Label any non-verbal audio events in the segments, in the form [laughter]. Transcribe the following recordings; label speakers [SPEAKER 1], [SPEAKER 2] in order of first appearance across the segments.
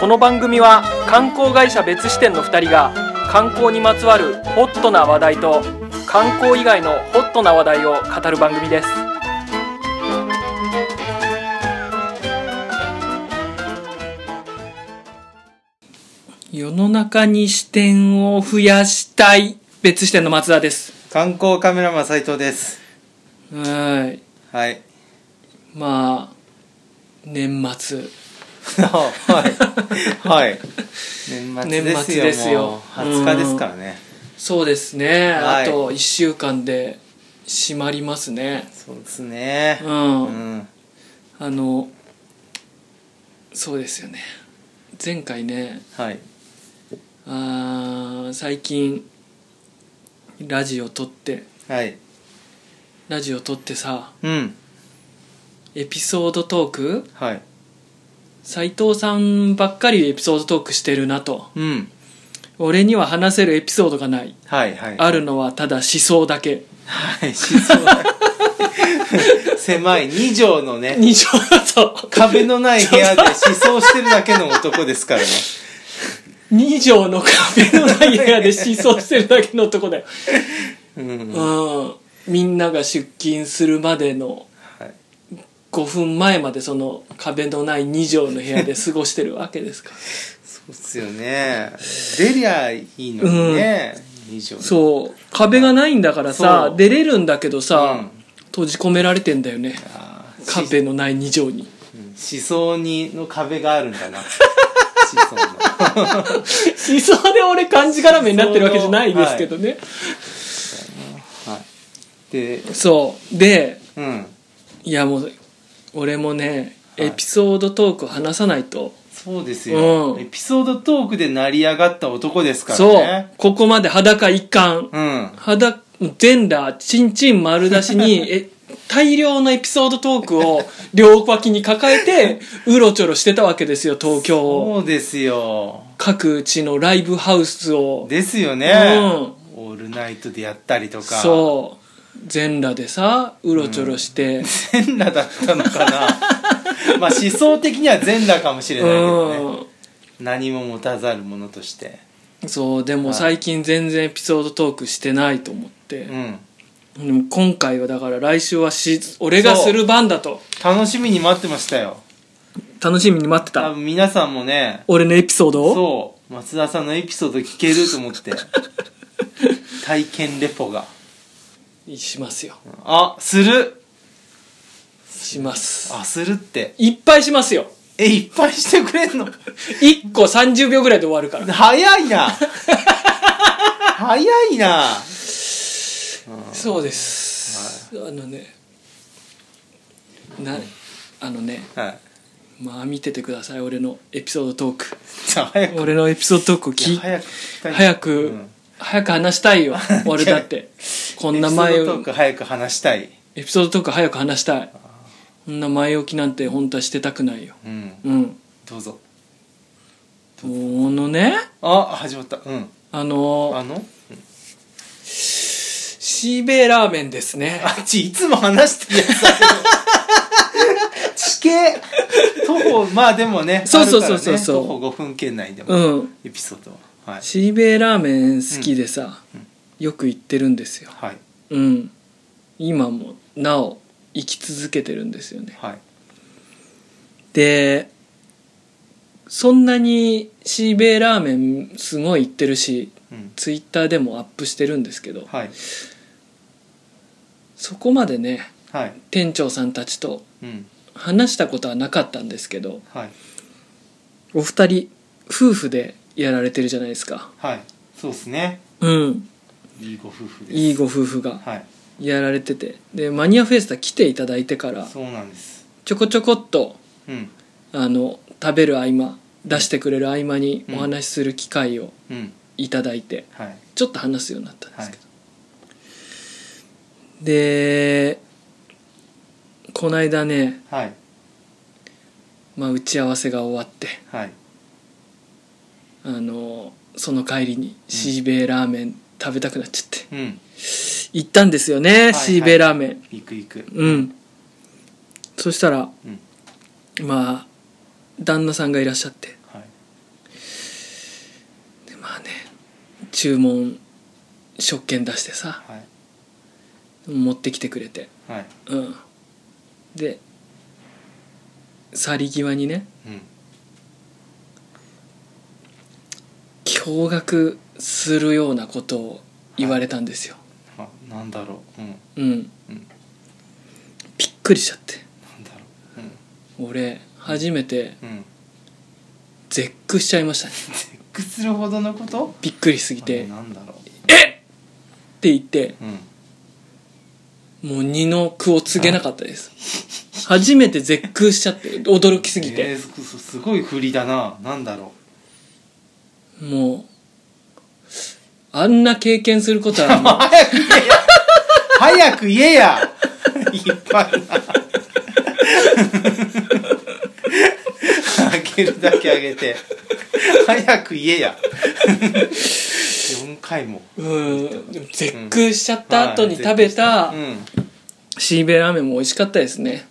[SPEAKER 1] この番組は観光会社別支店の2人が観光にまつわるホットな話題と観光以外のホットな話題を語る番組です世の中に視点を増やしたい別支店の松田です
[SPEAKER 2] 観光カメラマン斉藤です
[SPEAKER 1] はい
[SPEAKER 2] はい
[SPEAKER 1] まあ年末
[SPEAKER 2] はいはい年末
[SPEAKER 1] 年
[SPEAKER 2] です
[SPEAKER 1] 末
[SPEAKER 2] よ
[SPEAKER 1] ですよ
[SPEAKER 2] もう20日ですからね
[SPEAKER 1] そうですね、
[SPEAKER 2] はい
[SPEAKER 1] あと1週間で閉まりますね
[SPEAKER 2] そうですね
[SPEAKER 1] うん
[SPEAKER 2] うん
[SPEAKER 1] あのそうですよね前回ね
[SPEAKER 2] はい
[SPEAKER 1] あー最近ラジオ撮って
[SPEAKER 2] はい
[SPEAKER 1] ラジオ撮ってさ
[SPEAKER 2] うん
[SPEAKER 1] エピソードトーク
[SPEAKER 2] はい
[SPEAKER 1] 斉藤さんばっかりエピソードトークしてるなと
[SPEAKER 2] うん
[SPEAKER 1] 俺には話せるエピソードがない
[SPEAKER 2] はいはい
[SPEAKER 1] あるのはただ思想だけ
[SPEAKER 2] はいしそうだ [laughs] 狭い2畳のね
[SPEAKER 1] 二畳そう
[SPEAKER 2] 壁のない部屋で思想してるだけの男ですからね
[SPEAKER 1] 2畳の壁のない部屋で思想してるだけのとこだよ、
[SPEAKER 2] うん
[SPEAKER 1] うん、みんなが出勤するまでの
[SPEAKER 2] はい
[SPEAKER 1] 5分前までその壁のない2畳の部屋で過ごしてるわけですか
[SPEAKER 2] そうっすよね出りゃいいのにね2畳う
[SPEAKER 1] そう壁がないんだからさ
[SPEAKER 2] そう
[SPEAKER 1] 出れるんだけどさ、
[SPEAKER 2] うん
[SPEAKER 1] 閉じ込められてんだよね
[SPEAKER 2] あー
[SPEAKER 1] 壁のない2畳に
[SPEAKER 2] 思想にの壁があるん
[SPEAKER 1] [laughs]
[SPEAKER 2] だな思想の
[SPEAKER 1] 思想で俺感じがらめになってるわけじゃないですけどね、
[SPEAKER 2] はいで
[SPEAKER 1] そうで
[SPEAKER 2] うん
[SPEAKER 1] いやもう俺もね、
[SPEAKER 2] はい
[SPEAKER 1] エピソードトーク話さないと
[SPEAKER 2] そうですよ、
[SPEAKER 1] うん
[SPEAKER 2] エピソードトークで成り上がった男ですから
[SPEAKER 1] そう
[SPEAKER 2] ね
[SPEAKER 1] ここまで裸一貫
[SPEAKER 2] ううん
[SPEAKER 1] 肌全裸チンチン丸出し
[SPEAKER 2] [laughs]
[SPEAKER 1] にえ大量のエピソードトークを両脇に抱えてうろちょろしてたわけですよ東京を
[SPEAKER 2] そうですよ
[SPEAKER 1] 各地のライブハウスを
[SPEAKER 2] ですよね、オールナイトでやったりとかう
[SPEAKER 1] そう全裸でさうろちょろして、
[SPEAKER 2] 全裸だったのか
[SPEAKER 1] [laughs]
[SPEAKER 2] なまあ思想的には全裸かもしれ
[SPEAKER 1] う
[SPEAKER 2] ないけ
[SPEAKER 1] ん
[SPEAKER 2] どね何も持たざるものとして
[SPEAKER 1] そうでも最近全然エピソードトークしてないと思って
[SPEAKER 2] う、ん
[SPEAKER 1] でも今回はだから来週はし俺がする番だと
[SPEAKER 2] 楽しみに待ってましたよ
[SPEAKER 1] 楽しみに待って
[SPEAKER 2] 多
[SPEAKER 1] た
[SPEAKER 2] 分皆さんもね
[SPEAKER 1] 俺のエピソードを
[SPEAKER 2] そう松田さんのエピソード聞けると思って [laughs] 体験レポが
[SPEAKER 1] しますよ
[SPEAKER 2] あする
[SPEAKER 1] します
[SPEAKER 2] あするって
[SPEAKER 1] いっぱいしますよ
[SPEAKER 2] えいっぱいしてくれんの
[SPEAKER 1] 1個30秒ぐらいで終わるから
[SPEAKER 2] 早い [laughs] な早いな
[SPEAKER 1] そうです、あのねなあのね
[SPEAKER 2] はい
[SPEAKER 1] まあ見ててください俺のエピソードトーク
[SPEAKER 2] じゃあ早く
[SPEAKER 1] 俺のエピソードトークを
[SPEAKER 2] い
[SPEAKER 1] 聞
[SPEAKER 2] や
[SPEAKER 1] い
[SPEAKER 2] 早く聞きたい
[SPEAKER 1] 早く、
[SPEAKER 2] うん
[SPEAKER 1] 早く話した
[SPEAKER 2] [laughs]
[SPEAKER 1] いよ俺だってこんな前
[SPEAKER 2] エピソードトーク早く話したい
[SPEAKER 1] エピソードトーク早く話したいこんな前置きなんて本当はしてたくないよ
[SPEAKER 2] うん
[SPEAKER 1] うん
[SPEAKER 2] どうぞ
[SPEAKER 1] このね
[SPEAKER 2] あ始まったうん
[SPEAKER 1] あの
[SPEAKER 2] あの
[SPEAKER 1] しべラーメンですね
[SPEAKER 2] あっちいつも話してるやつだ [laughs] けど地形徒歩まあでもね
[SPEAKER 1] そうそう
[SPEAKER 2] あるからね
[SPEAKER 1] そうそうそう
[SPEAKER 2] 徒歩5分圏内でも、
[SPEAKER 1] うん
[SPEAKER 2] エピソードははい
[SPEAKER 1] しべラーメン好きでさ、よく行ってるんですよ
[SPEAKER 2] はい
[SPEAKER 1] うん今もなお生き続けてるんですよね
[SPEAKER 2] はい
[SPEAKER 1] でそんなにしべラーメンすごい行ってるし
[SPEAKER 2] うん
[SPEAKER 1] ツイッターでもアップしてるんですけど
[SPEAKER 2] はい
[SPEAKER 1] そこまでね
[SPEAKER 2] はい
[SPEAKER 1] 店長さんたちと
[SPEAKER 2] うん
[SPEAKER 1] 話したことはなかったんですけど
[SPEAKER 2] はい
[SPEAKER 1] お二人夫婦でやられてるじゃないですか
[SPEAKER 2] はいそうですね
[SPEAKER 1] うん
[SPEAKER 2] いいご夫婦です
[SPEAKER 1] いいご夫婦が
[SPEAKER 2] はい
[SPEAKER 1] やられててでマニアフェスタ来ていただいてから
[SPEAKER 2] そうなんです
[SPEAKER 1] ちょこちょこっと
[SPEAKER 2] うん
[SPEAKER 1] あの食べる合間出してくれる合間に
[SPEAKER 2] うん
[SPEAKER 1] お話しする機会を
[SPEAKER 2] うん
[SPEAKER 1] いただいて、
[SPEAKER 2] はい
[SPEAKER 1] ちょっと話すようになったんですけど、でこの間ね、
[SPEAKER 2] はい
[SPEAKER 1] まあ、打ち合わせが終わって
[SPEAKER 2] はい
[SPEAKER 1] あのその帰りにしべラーメン食べたくなっちゃって
[SPEAKER 2] うん
[SPEAKER 1] 行ったんですよね
[SPEAKER 2] いはい
[SPEAKER 1] しべラーメン、
[SPEAKER 2] いくいく
[SPEAKER 1] うんそしたら
[SPEAKER 2] うん
[SPEAKER 1] まあ旦那さんがいらっしゃって
[SPEAKER 2] はい
[SPEAKER 1] 注文食券出してさ
[SPEAKER 2] はい
[SPEAKER 1] 持ってきてくれて
[SPEAKER 2] はい
[SPEAKER 1] うんで去り際にね
[SPEAKER 2] うん
[SPEAKER 1] 驚愕するようなことを言われたんですよ、
[SPEAKER 2] あなんだろううんなん
[SPEAKER 1] うん、
[SPEAKER 2] うん
[SPEAKER 1] びっくりしちゃって
[SPEAKER 2] だろ
[SPEAKER 1] 俺初めて
[SPEAKER 2] ううんうん
[SPEAKER 1] 絶句しちゃいましたね
[SPEAKER 2] 絶句するほどのこと
[SPEAKER 1] びっくりしすぎて
[SPEAKER 2] あ
[SPEAKER 1] っ
[SPEAKER 2] なんだろう
[SPEAKER 1] て言って
[SPEAKER 2] うん
[SPEAKER 1] もう二の句を告げなかったです初めて絶句しちゃって驚きすぎ
[SPEAKER 2] え
[SPEAKER 1] て
[SPEAKER 2] ーすすすごい振りだななんだろ
[SPEAKER 1] もうあんな経験することは
[SPEAKER 2] う
[SPEAKER 1] もう
[SPEAKER 2] 早く言えや早く言えやいっぱいなあげるだけあげて早く言えや4回も [laughs]
[SPEAKER 1] うんでも絶句しちゃった後に食べた
[SPEAKER 2] うん
[SPEAKER 1] シーベイラーメンも美味しかったですね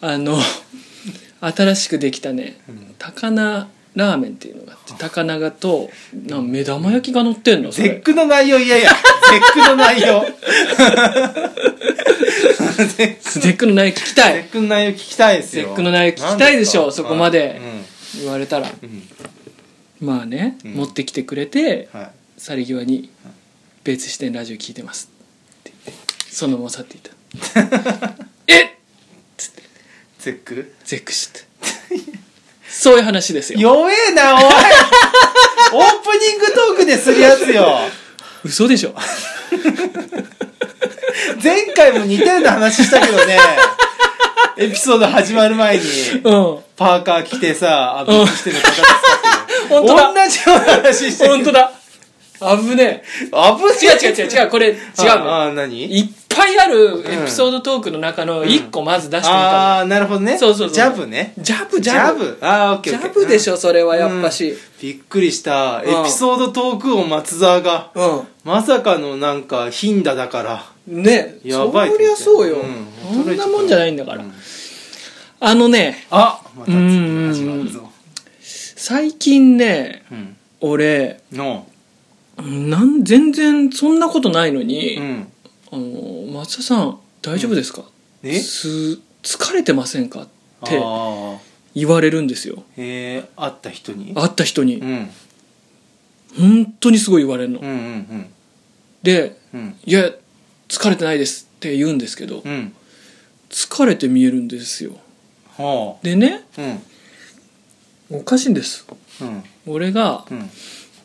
[SPEAKER 1] あの新しくできたね
[SPEAKER 2] うん
[SPEAKER 1] 高菜ラーメンっていうのがあって高菜がとなんか目玉焼きが乗ってんのそ
[SPEAKER 2] 絶
[SPEAKER 1] れ
[SPEAKER 2] 句の内容言えや絶句の内容
[SPEAKER 1] 絶句の内容聞きたい
[SPEAKER 2] 絶句の内容聞きたいですよ
[SPEAKER 1] 絶句の内容聞きたいでしょ
[SPEAKER 2] 何す
[SPEAKER 1] そ
[SPEAKER 2] か
[SPEAKER 1] こまで
[SPEAKER 2] うん
[SPEAKER 1] 言われたら
[SPEAKER 2] うん
[SPEAKER 1] まあね、
[SPEAKER 2] うん
[SPEAKER 1] 持ってきてくれて
[SPEAKER 2] はい
[SPEAKER 1] 去り際に「別視点ラジオ聞いてます」って言ってそのまま去っていった [laughs] 「えっ!」つって
[SPEAKER 2] 絶句
[SPEAKER 1] 絶句しちゃってそういう話ですよ
[SPEAKER 2] 弱えなお
[SPEAKER 1] [laughs]
[SPEAKER 2] いオープニングトークでするやつよ
[SPEAKER 1] 嘘でしょ
[SPEAKER 2] 前回も似たような話したけどねエピソード始まる前に
[SPEAKER 1] うん
[SPEAKER 2] パーカー着てさあびっくりしてる方ですかっていう
[SPEAKER 1] 本当だ
[SPEAKER 2] 同じような話し
[SPEAKER 1] [laughs]
[SPEAKER 2] て
[SPEAKER 1] 本当だ危ねえ
[SPEAKER 2] 危
[SPEAKER 1] 違う違う違う違うこれ違う
[SPEAKER 2] あ
[SPEAKER 1] の
[SPEAKER 2] あ何
[SPEAKER 1] いっぱいあるエピソードトークの中の1個まず出してみた
[SPEAKER 2] ああーなるほどね
[SPEAKER 1] そうそうそう
[SPEAKER 2] ジャブね
[SPEAKER 1] のジャブ
[SPEAKER 2] ジ
[SPEAKER 1] ジ
[SPEAKER 2] ャ
[SPEAKER 1] ャブ
[SPEAKER 2] ブああオッケ
[SPEAKER 1] ジ
[SPEAKER 2] ーオッケ
[SPEAKER 1] ャ
[SPEAKER 2] ー
[SPEAKER 1] ブでし
[SPEAKER 2] うん
[SPEAKER 1] ょそれはやっぱし
[SPEAKER 2] びっくりしたエ
[SPEAKER 1] うん
[SPEAKER 2] ピソードトークを松沢が
[SPEAKER 1] うん
[SPEAKER 2] まさかのなんか貧打だから
[SPEAKER 1] ねえ
[SPEAKER 2] やばいと思って
[SPEAKER 1] そりゃそうよ、
[SPEAKER 2] う
[SPEAKER 1] そんなもんじゃないんだから、
[SPEAKER 2] うん
[SPEAKER 1] あのね
[SPEAKER 2] あまた次が始まるぞ
[SPEAKER 1] 最近ね
[SPEAKER 2] うん
[SPEAKER 1] 俺
[SPEAKER 2] の
[SPEAKER 1] なん全然そんなことないのに、
[SPEAKER 2] うん
[SPEAKER 1] あの松田さん大丈夫ですか、
[SPEAKER 2] え
[SPEAKER 1] す疲れてませんかっ
[SPEAKER 2] あ
[SPEAKER 1] て
[SPEAKER 2] ー
[SPEAKER 1] 言われるんですよ
[SPEAKER 2] へえ会った人に
[SPEAKER 1] 会った人に、
[SPEAKER 2] うん
[SPEAKER 1] 本当にすごい言われるの、
[SPEAKER 2] うんうん
[SPEAKER 1] で
[SPEAKER 2] うんうん
[SPEAKER 1] 「いや疲れてないです」って言うんですけど、
[SPEAKER 2] うん
[SPEAKER 1] 疲れて見えるんですよ
[SPEAKER 2] は
[SPEAKER 1] でね
[SPEAKER 2] あうん
[SPEAKER 1] おかしいんです
[SPEAKER 2] うん
[SPEAKER 1] 俺が
[SPEAKER 2] うん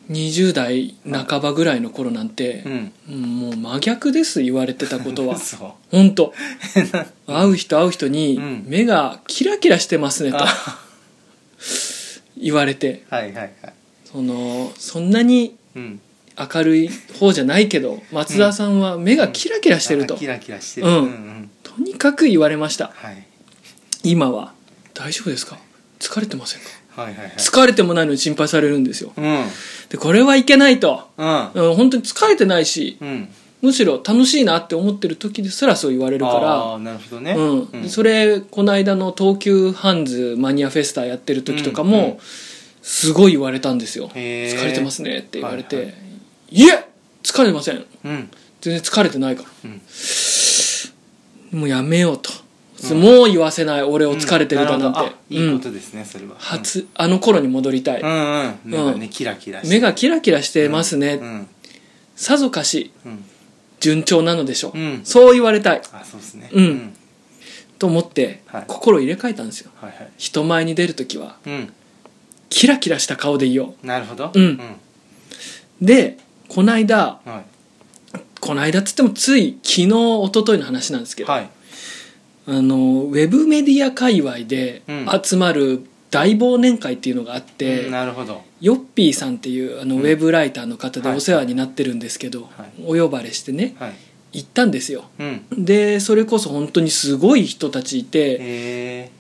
[SPEAKER 1] 20代半ばぐらいの頃なんて、
[SPEAKER 2] うん
[SPEAKER 1] もう真逆です言われてたことは
[SPEAKER 2] [laughs] そう
[SPEAKER 1] 本当会う人会う人に
[SPEAKER 2] うん
[SPEAKER 1] 目がキラキラしてますねと
[SPEAKER 2] あ
[SPEAKER 1] 言われて
[SPEAKER 2] はいはいはい
[SPEAKER 1] そのそんなに
[SPEAKER 2] うん
[SPEAKER 1] 明るい方じゃないけど松田さんは目がキラキラしてると、
[SPEAKER 2] あキラキラしてる
[SPEAKER 1] うん
[SPEAKER 2] ん
[SPEAKER 1] とにかく言われました
[SPEAKER 2] はい
[SPEAKER 1] 今は「大丈夫ですか疲れてませんか?
[SPEAKER 2] はいはいはい」
[SPEAKER 1] 疲れてもないのに心配されるんですよ
[SPEAKER 2] うん
[SPEAKER 1] でこれはいけないと、
[SPEAKER 2] うん
[SPEAKER 1] うん、本当に疲れてないし
[SPEAKER 2] うん
[SPEAKER 1] むしろ楽しいなって思ってる時ですらそう言われるから
[SPEAKER 2] ああなるほどね
[SPEAKER 1] うんそれこの間の東急ハンズマニアフェスタやってる時とかも、
[SPEAKER 2] うんうん
[SPEAKER 1] すごい言われたんですよ「
[SPEAKER 2] へー
[SPEAKER 1] 疲れてますね」って言われて「
[SPEAKER 2] はい
[SPEAKER 1] い
[SPEAKER 2] はい
[SPEAKER 1] え疲れてません
[SPEAKER 2] うん
[SPEAKER 1] 全然疲れてないから
[SPEAKER 2] うん
[SPEAKER 1] もうやめようと」もう言わせない俺を疲れてるだなんて、
[SPEAKER 2] う
[SPEAKER 1] うん
[SPEAKER 2] るほどあいいことですねそれは
[SPEAKER 1] 初あの頃に戻りたい、
[SPEAKER 2] うんうん目がねキラキラして
[SPEAKER 1] 目がキラキラしてますね、
[SPEAKER 2] うん
[SPEAKER 1] さぞかし
[SPEAKER 2] うん
[SPEAKER 1] 順調なのでしょう、
[SPEAKER 2] うん
[SPEAKER 1] そう言われたい
[SPEAKER 2] あそうですね
[SPEAKER 1] うんと思って、
[SPEAKER 2] はい
[SPEAKER 1] 心を入れ替えたんですよ
[SPEAKER 2] はいはい
[SPEAKER 1] 人前に出る時は
[SPEAKER 2] うん
[SPEAKER 1] キラキラした顔でいよ
[SPEAKER 2] なるほど
[SPEAKER 1] うんうでこないだ
[SPEAKER 2] は
[SPEAKER 1] こないだっつってもつい昨日一昨日の話なんですけ
[SPEAKER 2] い
[SPEAKER 1] ど、
[SPEAKER 2] はい
[SPEAKER 1] あのウェブメディア界隈で
[SPEAKER 2] うん
[SPEAKER 1] 集まる大忘年会っていうのがあって、
[SPEAKER 2] うんなるほど
[SPEAKER 1] ヨッピーさんっていうあのウ
[SPEAKER 2] ん
[SPEAKER 1] ェブライターの方で
[SPEAKER 2] はい
[SPEAKER 1] お世話になってるんですけど、
[SPEAKER 2] はい
[SPEAKER 1] お呼ばれしてね
[SPEAKER 2] はい
[SPEAKER 1] 行ったんですよ
[SPEAKER 2] うん
[SPEAKER 1] でそれこそ本当にすごい人たちいて
[SPEAKER 2] へえ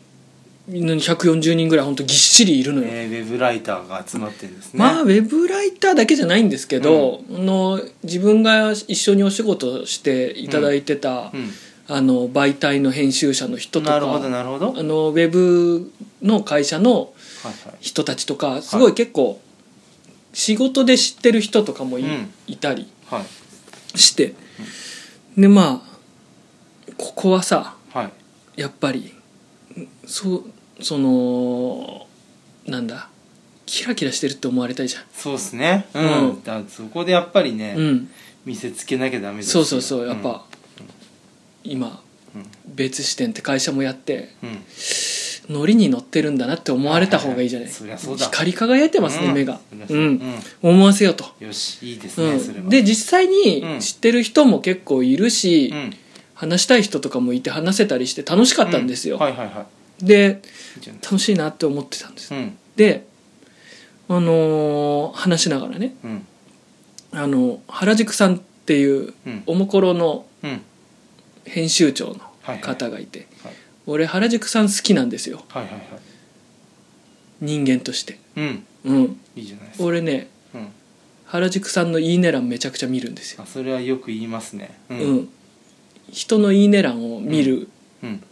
[SPEAKER 1] みんなに140人ぐらい本当ぎっしりいるのよ、
[SPEAKER 2] えーウェブライターが集まってるんですね
[SPEAKER 1] まあウェブライターだけじゃないんですけど、あの自分が一緒にお仕事していただいてた、
[SPEAKER 2] うん
[SPEAKER 1] あの媒体の編集者の人とか
[SPEAKER 2] なるほどなるほどはい
[SPEAKER 1] あのウェブの会社の
[SPEAKER 2] はい
[SPEAKER 1] 人たちとかすごい結構仕事で知ってる人とかもい,、
[SPEAKER 2] うん
[SPEAKER 1] たり
[SPEAKER 2] はい
[SPEAKER 1] してでまあここはさ
[SPEAKER 2] はい
[SPEAKER 1] やっぱりそうそのなんだキラキラしてるって思われたいじゃ
[SPEAKER 2] そうですねうん、
[SPEAKER 1] うん
[SPEAKER 2] だからそこでやっぱりね、
[SPEAKER 1] ん、うん、
[SPEAKER 2] 見せつけなきゃダメです
[SPEAKER 1] そ
[SPEAKER 2] よ
[SPEAKER 1] うそうそうやっぱ、今
[SPEAKER 2] うん
[SPEAKER 1] 別支店って会社もやって
[SPEAKER 2] うん、うん
[SPEAKER 1] ノリに乗ってるんだなって思われた方がいいじゃない,、
[SPEAKER 2] はいはいはいそりゃそうだ
[SPEAKER 1] 光り輝いてますね、
[SPEAKER 2] うん
[SPEAKER 1] 目が、
[SPEAKER 2] そりゃそううん
[SPEAKER 1] 思わせようと、
[SPEAKER 2] よしいいですね、それ
[SPEAKER 1] う
[SPEAKER 2] は
[SPEAKER 1] ん、で実際に
[SPEAKER 2] うん
[SPEAKER 1] 知ってる人も結構いるし、
[SPEAKER 2] うん
[SPEAKER 1] 話したい人とかもいて話せたりして楽しかったんですよ、
[SPEAKER 2] うはいはいは
[SPEAKER 1] で
[SPEAKER 2] いいいじゃない
[SPEAKER 1] 楽しいなって思ってたんです、
[SPEAKER 2] うん
[SPEAKER 1] であのー話しながらね
[SPEAKER 2] うん
[SPEAKER 1] あの原宿さんっていう
[SPEAKER 2] うん
[SPEAKER 1] おもころの
[SPEAKER 2] うん
[SPEAKER 1] 編集長の
[SPEAKER 2] はいはい
[SPEAKER 1] 方がいて、
[SPEAKER 2] はい
[SPEAKER 1] 俺原宿さん好きなんですよ
[SPEAKER 2] はいはいはい
[SPEAKER 1] 人間として
[SPEAKER 2] うん
[SPEAKER 1] うん
[SPEAKER 2] いいじゃないですか
[SPEAKER 1] 俺ね
[SPEAKER 2] うん
[SPEAKER 1] 原宿さんの「いいね欄」めちゃくちゃ見るんですよ
[SPEAKER 2] あそれはよく言いますねう
[SPEAKER 1] うんん、人の「いいね欄」を見る
[SPEAKER 2] うん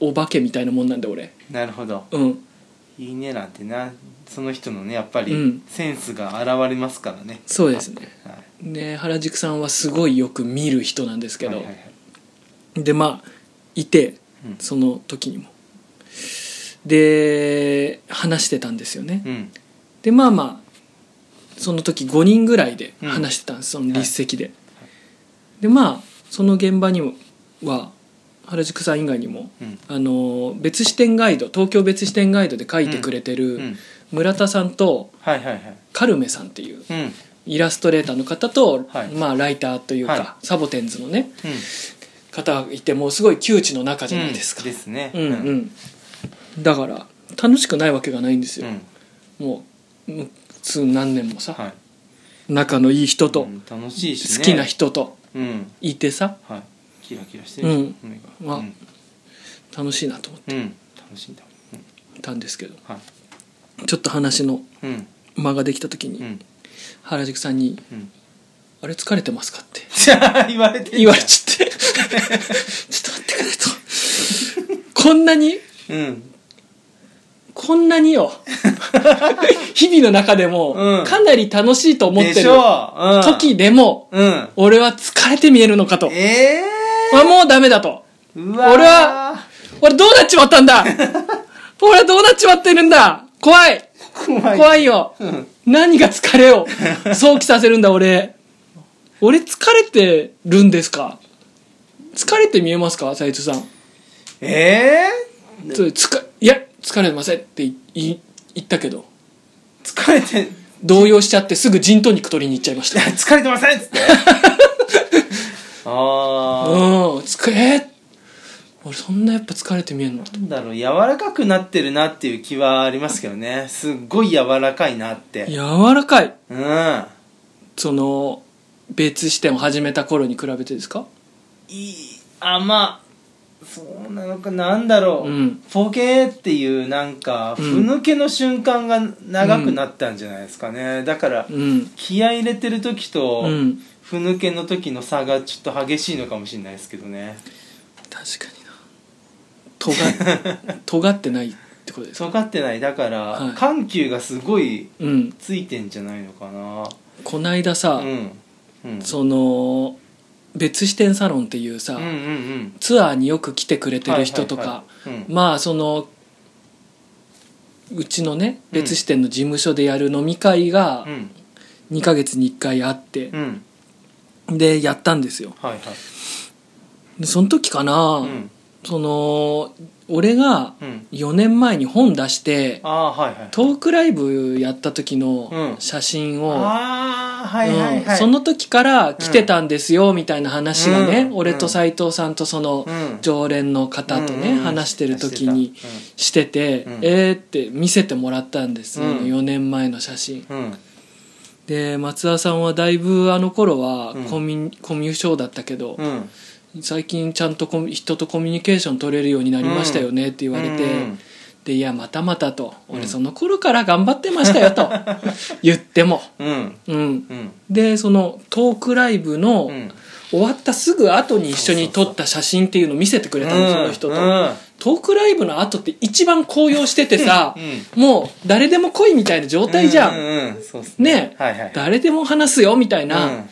[SPEAKER 1] お化けみたいなもんなんで俺
[SPEAKER 2] なるほど
[SPEAKER 1] うん
[SPEAKER 2] いいねなんてなその人のねやっぱ
[SPEAKER 1] う
[SPEAKER 2] り
[SPEAKER 1] ん
[SPEAKER 2] センスが現れますからね、
[SPEAKER 1] そうですね
[SPEAKER 2] はい、
[SPEAKER 1] で原宿さんはすごいよく見る人なんですけど、
[SPEAKER 2] はいはいはい
[SPEAKER 1] でまあいて
[SPEAKER 2] うん
[SPEAKER 1] その時にもで話してたんですよね、
[SPEAKER 2] うん
[SPEAKER 1] でまあまあその時5人ぐらいで話してたんです、その立席で、でまあその現場には原宿さん以外にも
[SPEAKER 2] うん
[SPEAKER 1] あの別支店ガイド東京別支店ガイドで書いてくれて
[SPEAKER 2] う
[SPEAKER 1] る
[SPEAKER 2] ん
[SPEAKER 1] 村田さんと
[SPEAKER 2] はいはいはい
[SPEAKER 1] カルメさんっていう
[SPEAKER 2] うんうん
[SPEAKER 1] イラストレーターの方と、
[SPEAKER 2] はい
[SPEAKER 1] まあライターというか、
[SPEAKER 2] は
[SPEAKER 1] サボテンズのね方がいてもうすごい窮地の中じゃないですか、
[SPEAKER 2] うんですね
[SPEAKER 1] うんうん、だから楽しくないわけがないんです
[SPEAKER 2] う
[SPEAKER 1] よ、
[SPEAKER 2] ん
[SPEAKER 1] もうもう数何年もさ、
[SPEAKER 2] はい
[SPEAKER 1] 仲のいい人と、
[SPEAKER 2] うん楽しいしね
[SPEAKER 1] 好きな人と
[SPEAKER 2] うん
[SPEAKER 1] いてさ
[SPEAKER 2] はいキラキラしてるし
[SPEAKER 1] うん
[SPEAKER 2] 目が
[SPEAKER 1] まあ
[SPEAKER 2] うん
[SPEAKER 1] 楽しいなと思っ
[SPEAKER 2] うん楽しいんだうん
[SPEAKER 1] たんですけど
[SPEAKER 2] はい
[SPEAKER 1] ちょっと話の
[SPEAKER 2] うん
[SPEAKER 1] 間ができた時
[SPEAKER 2] う
[SPEAKER 1] に
[SPEAKER 2] ん
[SPEAKER 1] 原宿さんに
[SPEAKER 2] うん [laughs]
[SPEAKER 1] 「あれ疲れてますか?」って
[SPEAKER 2] 言われてんじゃん
[SPEAKER 1] 言われちゃって [laughs] ちょっと待ってくれと [laughs] こんなに
[SPEAKER 2] うん
[SPEAKER 1] こんなによ [laughs] 日々の中で
[SPEAKER 2] う
[SPEAKER 1] も
[SPEAKER 2] ん
[SPEAKER 1] かなり楽しいと思って
[SPEAKER 2] でし
[SPEAKER 1] る
[SPEAKER 2] ょうん
[SPEAKER 1] 時でも
[SPEAKER 2] うん
[SPEAKER 1] 俺は疲れて見えるのかと
[SPEAKER 2] え
[SPEAKER 1] あもうダメだと
[SPEAKER 2] えー、うわー
[SPEAKER 1] 俺は俺どうなっちまったんだ俺はどうなっちまってるんだ怖い
[SPEAKER 2] 怖い
[SPEAKER 1] 怖いよ
[SPEAKER 2] うん
[SPEAKER 1] 何が疲れを想起させるんだ俺俺疲れてるんですか疲れて見えますか斉藤さん
[SPEAKER 2] え
[SPEAKER 1] そうつかいや疲れてませんっていい言ったけど
[SPEAKER 2] ー、疲れて
[SPEAKER 1] 動揺しちゃってすぐジントニック取りに行っちゃいました
[SPEAKER 2] 疲れてませんっつって [laughs] ああ
[SPEAKER 1] うんつかえー俺そんなやっぱ疲れて見えんの
[SPEAKER 2] なんだろう柔らかくなってるなっていう気はありますけどねすっごい柔らかいなって
[SPEAKER 1] 柔らかい
[SPEAKER 2] うんい
[SPEAKER 1] その別視点を始めた頃に比べてですか
[SPEAKER 2] いあまあそうなのかなんだろう、
[SPEAKER 1] うん
[SPEAKER 2] ポケーっていうなんか
[SPEAKER 1] う
[SPEAKER 2] ふ
[SPEAKER 1] ん
[SPEAKER 2] ぬけの瞬間が長くなったんじゃないですかね、だから
[SPEAKER 1] うん
[SPEAKER 2] 気合い入れてる時と、
[SPEAKER 1] うん
[SPEAKER 2] ふぬけの時の差がちょっと激しいのかもしれないですけどね
[SPEAKER 1] 確かにな尖尖って [laughs] ないってことですか
[SPEAKER 2] 尖ってないだから、
[SPEAKER 1] はい
[SPEAKER 2] 緩急がすごい
[SPEAKER 1] うん
[SPEAKER 2] ついてんじゃないのかな
[SPEAKER 1] こないださ、
[SPEAKER 2] うんうん
[SPEAKER 1] その別視点サロンっていうさ、
[SPEAKER 2] うんうんうん
[SPEAKER 1] ツアーによく来てくれてる人とか、
[SPEAKER 2] はいはいはいうん
[SPEAKER 1] まあそのうちのね別支店の事務所でやる飲み会が
[SPEAKER 2] うん
[SPEAKER 1] 2ヶ月に1回あって
[SPEAKER 2] う、ん
[SPEAKER 1] でやったんですよ
[SPEAKER 2] はいはい
[SPEAKER 1] でその時かな、
[SPEAKER 2] うん
[SPEAKER 1] その俺が
[SPEAKER 2] うん
[SPEAKER 1] 4年前に本出して
[SPEAKER 2] ああーはいはい
[SPEAKER 1] トークライブやった時
[SPEAKER 2] うん
[SPEAKER 1] の写真を、
[SPEAKER 2] ああはいはいは
[SPEAKER 1] うん
[SPEAKER 2] い
[SPEAKER 1] その時から来てたんですよみたいな話がね、
[SPEAKER 2] うん
[SPEAKER 1] 俺と斎藤さんとその
[SPEAKER 2] うん
[SPEAKER 1] 常連の方とね、
[SPEAKER 2] うんうん
[SPEAKER 1] 話してる時に
[SPEAKER 2] し
[SPEAKER 1] して
[SPEAKER 2] てた
[SPEAKER 1] て、
[SPEAKER 2] うん
[SPEAKER 1] えーって見せてもらったんです、
[SPEAKER 2] うん
[SPEAKER 1] 4年前の写真
[SPEAKER 2] うんうん
[SPEAKER 1] で松田さんはだいぶあの頃は
[SPEAKER 2] うん
[SPEAKER 1] コミ,、コミュ障だったけど、
[SPEAKER 2] うん
[SPEAKER 1] 最近ちゃんとコミ人とコミュニケーション取れるようになりましたよねって言われて、
[SPEAKER 2] うん
[SPEAKER 1] でいやまたまたと
[SPEAKER 2] う
[SPEAKER 1] 俺
[SPEAKER 2] ん
[SPEAKER 1] その頃から頑張ってましたよと
[SPEAKER 2] [laughs]
[SPEAKER 1] 言っても
[SPEAKER 2] うん
[SPEAKER 1] うん
[SPEAKER 2] うん
[SPEAKER 1] でそのトークライブの、
[SPEAKER 2] うん
[SPEAKER 1] 終わったすぐ後に一緒に撮った写真っていうのを見せてくれたのその人と、
[SPEAKER 2] うん
[SPEAKER 1] トークライブの後って一番高揚しててさ
[SPEAKER 2] [laughs] う、ん
[SPEAKER 1] もう誰でも来いみたいな状態じゃん、
[SPEAKER 2] ううんうんそうっすね
[SPEAKER 1] ね
[SPEAKER 2] はいはい
[SPEAKER 1] 誰でも話すよみたいな、
[SPEAKER 2] うん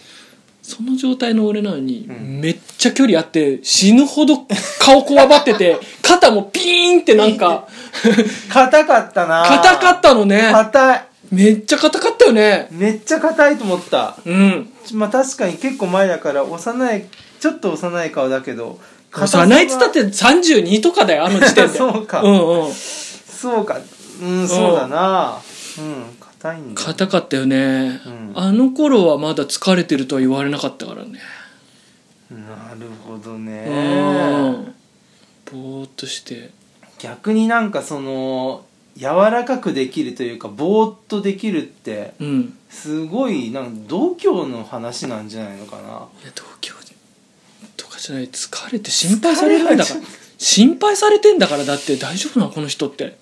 [SPEAKER 1] その状態の俺なのに、
[SPEAKER 2] うん
[SPEAKER 1] めっちゃ距離あって死ぬほど顔こわばってて肩もピーンってなんか
[SPEAKER 2] [laughs] 硬かったな
[SPEAKER 1] 硬かったのね
[SPEAKER 2] 硬い
[SPEAKER 1] めっちゃ硬かったよね
[SPEAKER 2] めっちゃ硬いと思った
[SPEAKER 1] うん
[SPEAKER 2] まあ確かに結構前だから幼いちょっと幼い顔だけど
[SPEAKER 1] 幼いっつったって32とかだよあの時点で
[SPEAKER 2] [laughs] そうか
[SPEAKER 1] うんうん
[SPEAKER 2] そうかうんそうだなうん硬いんだ
[SPEAKER 1] 硬かったよね、
[SPEAKER 2] うん
[SPEAKER 1] あの頃はまだ疲れてるとは言われなかったからね、
[SPEAKER 2] なるほど
[SPEAKER 1] う
[SPEAKER 2] ね
[SPEAKER 1] んぼーっとして
[SPEAKER 2] 逆になんかその柔らかくできるというかぼーっとできるって
[SPEAKER 1] うん
[SPEAKER 2] すごいなんか度胸の話なんじゃないのかない
[SPEAKER 1] や東京とかじゃない疲れて心配されるんだから心配されてんだからだって大丈夫なのこの人って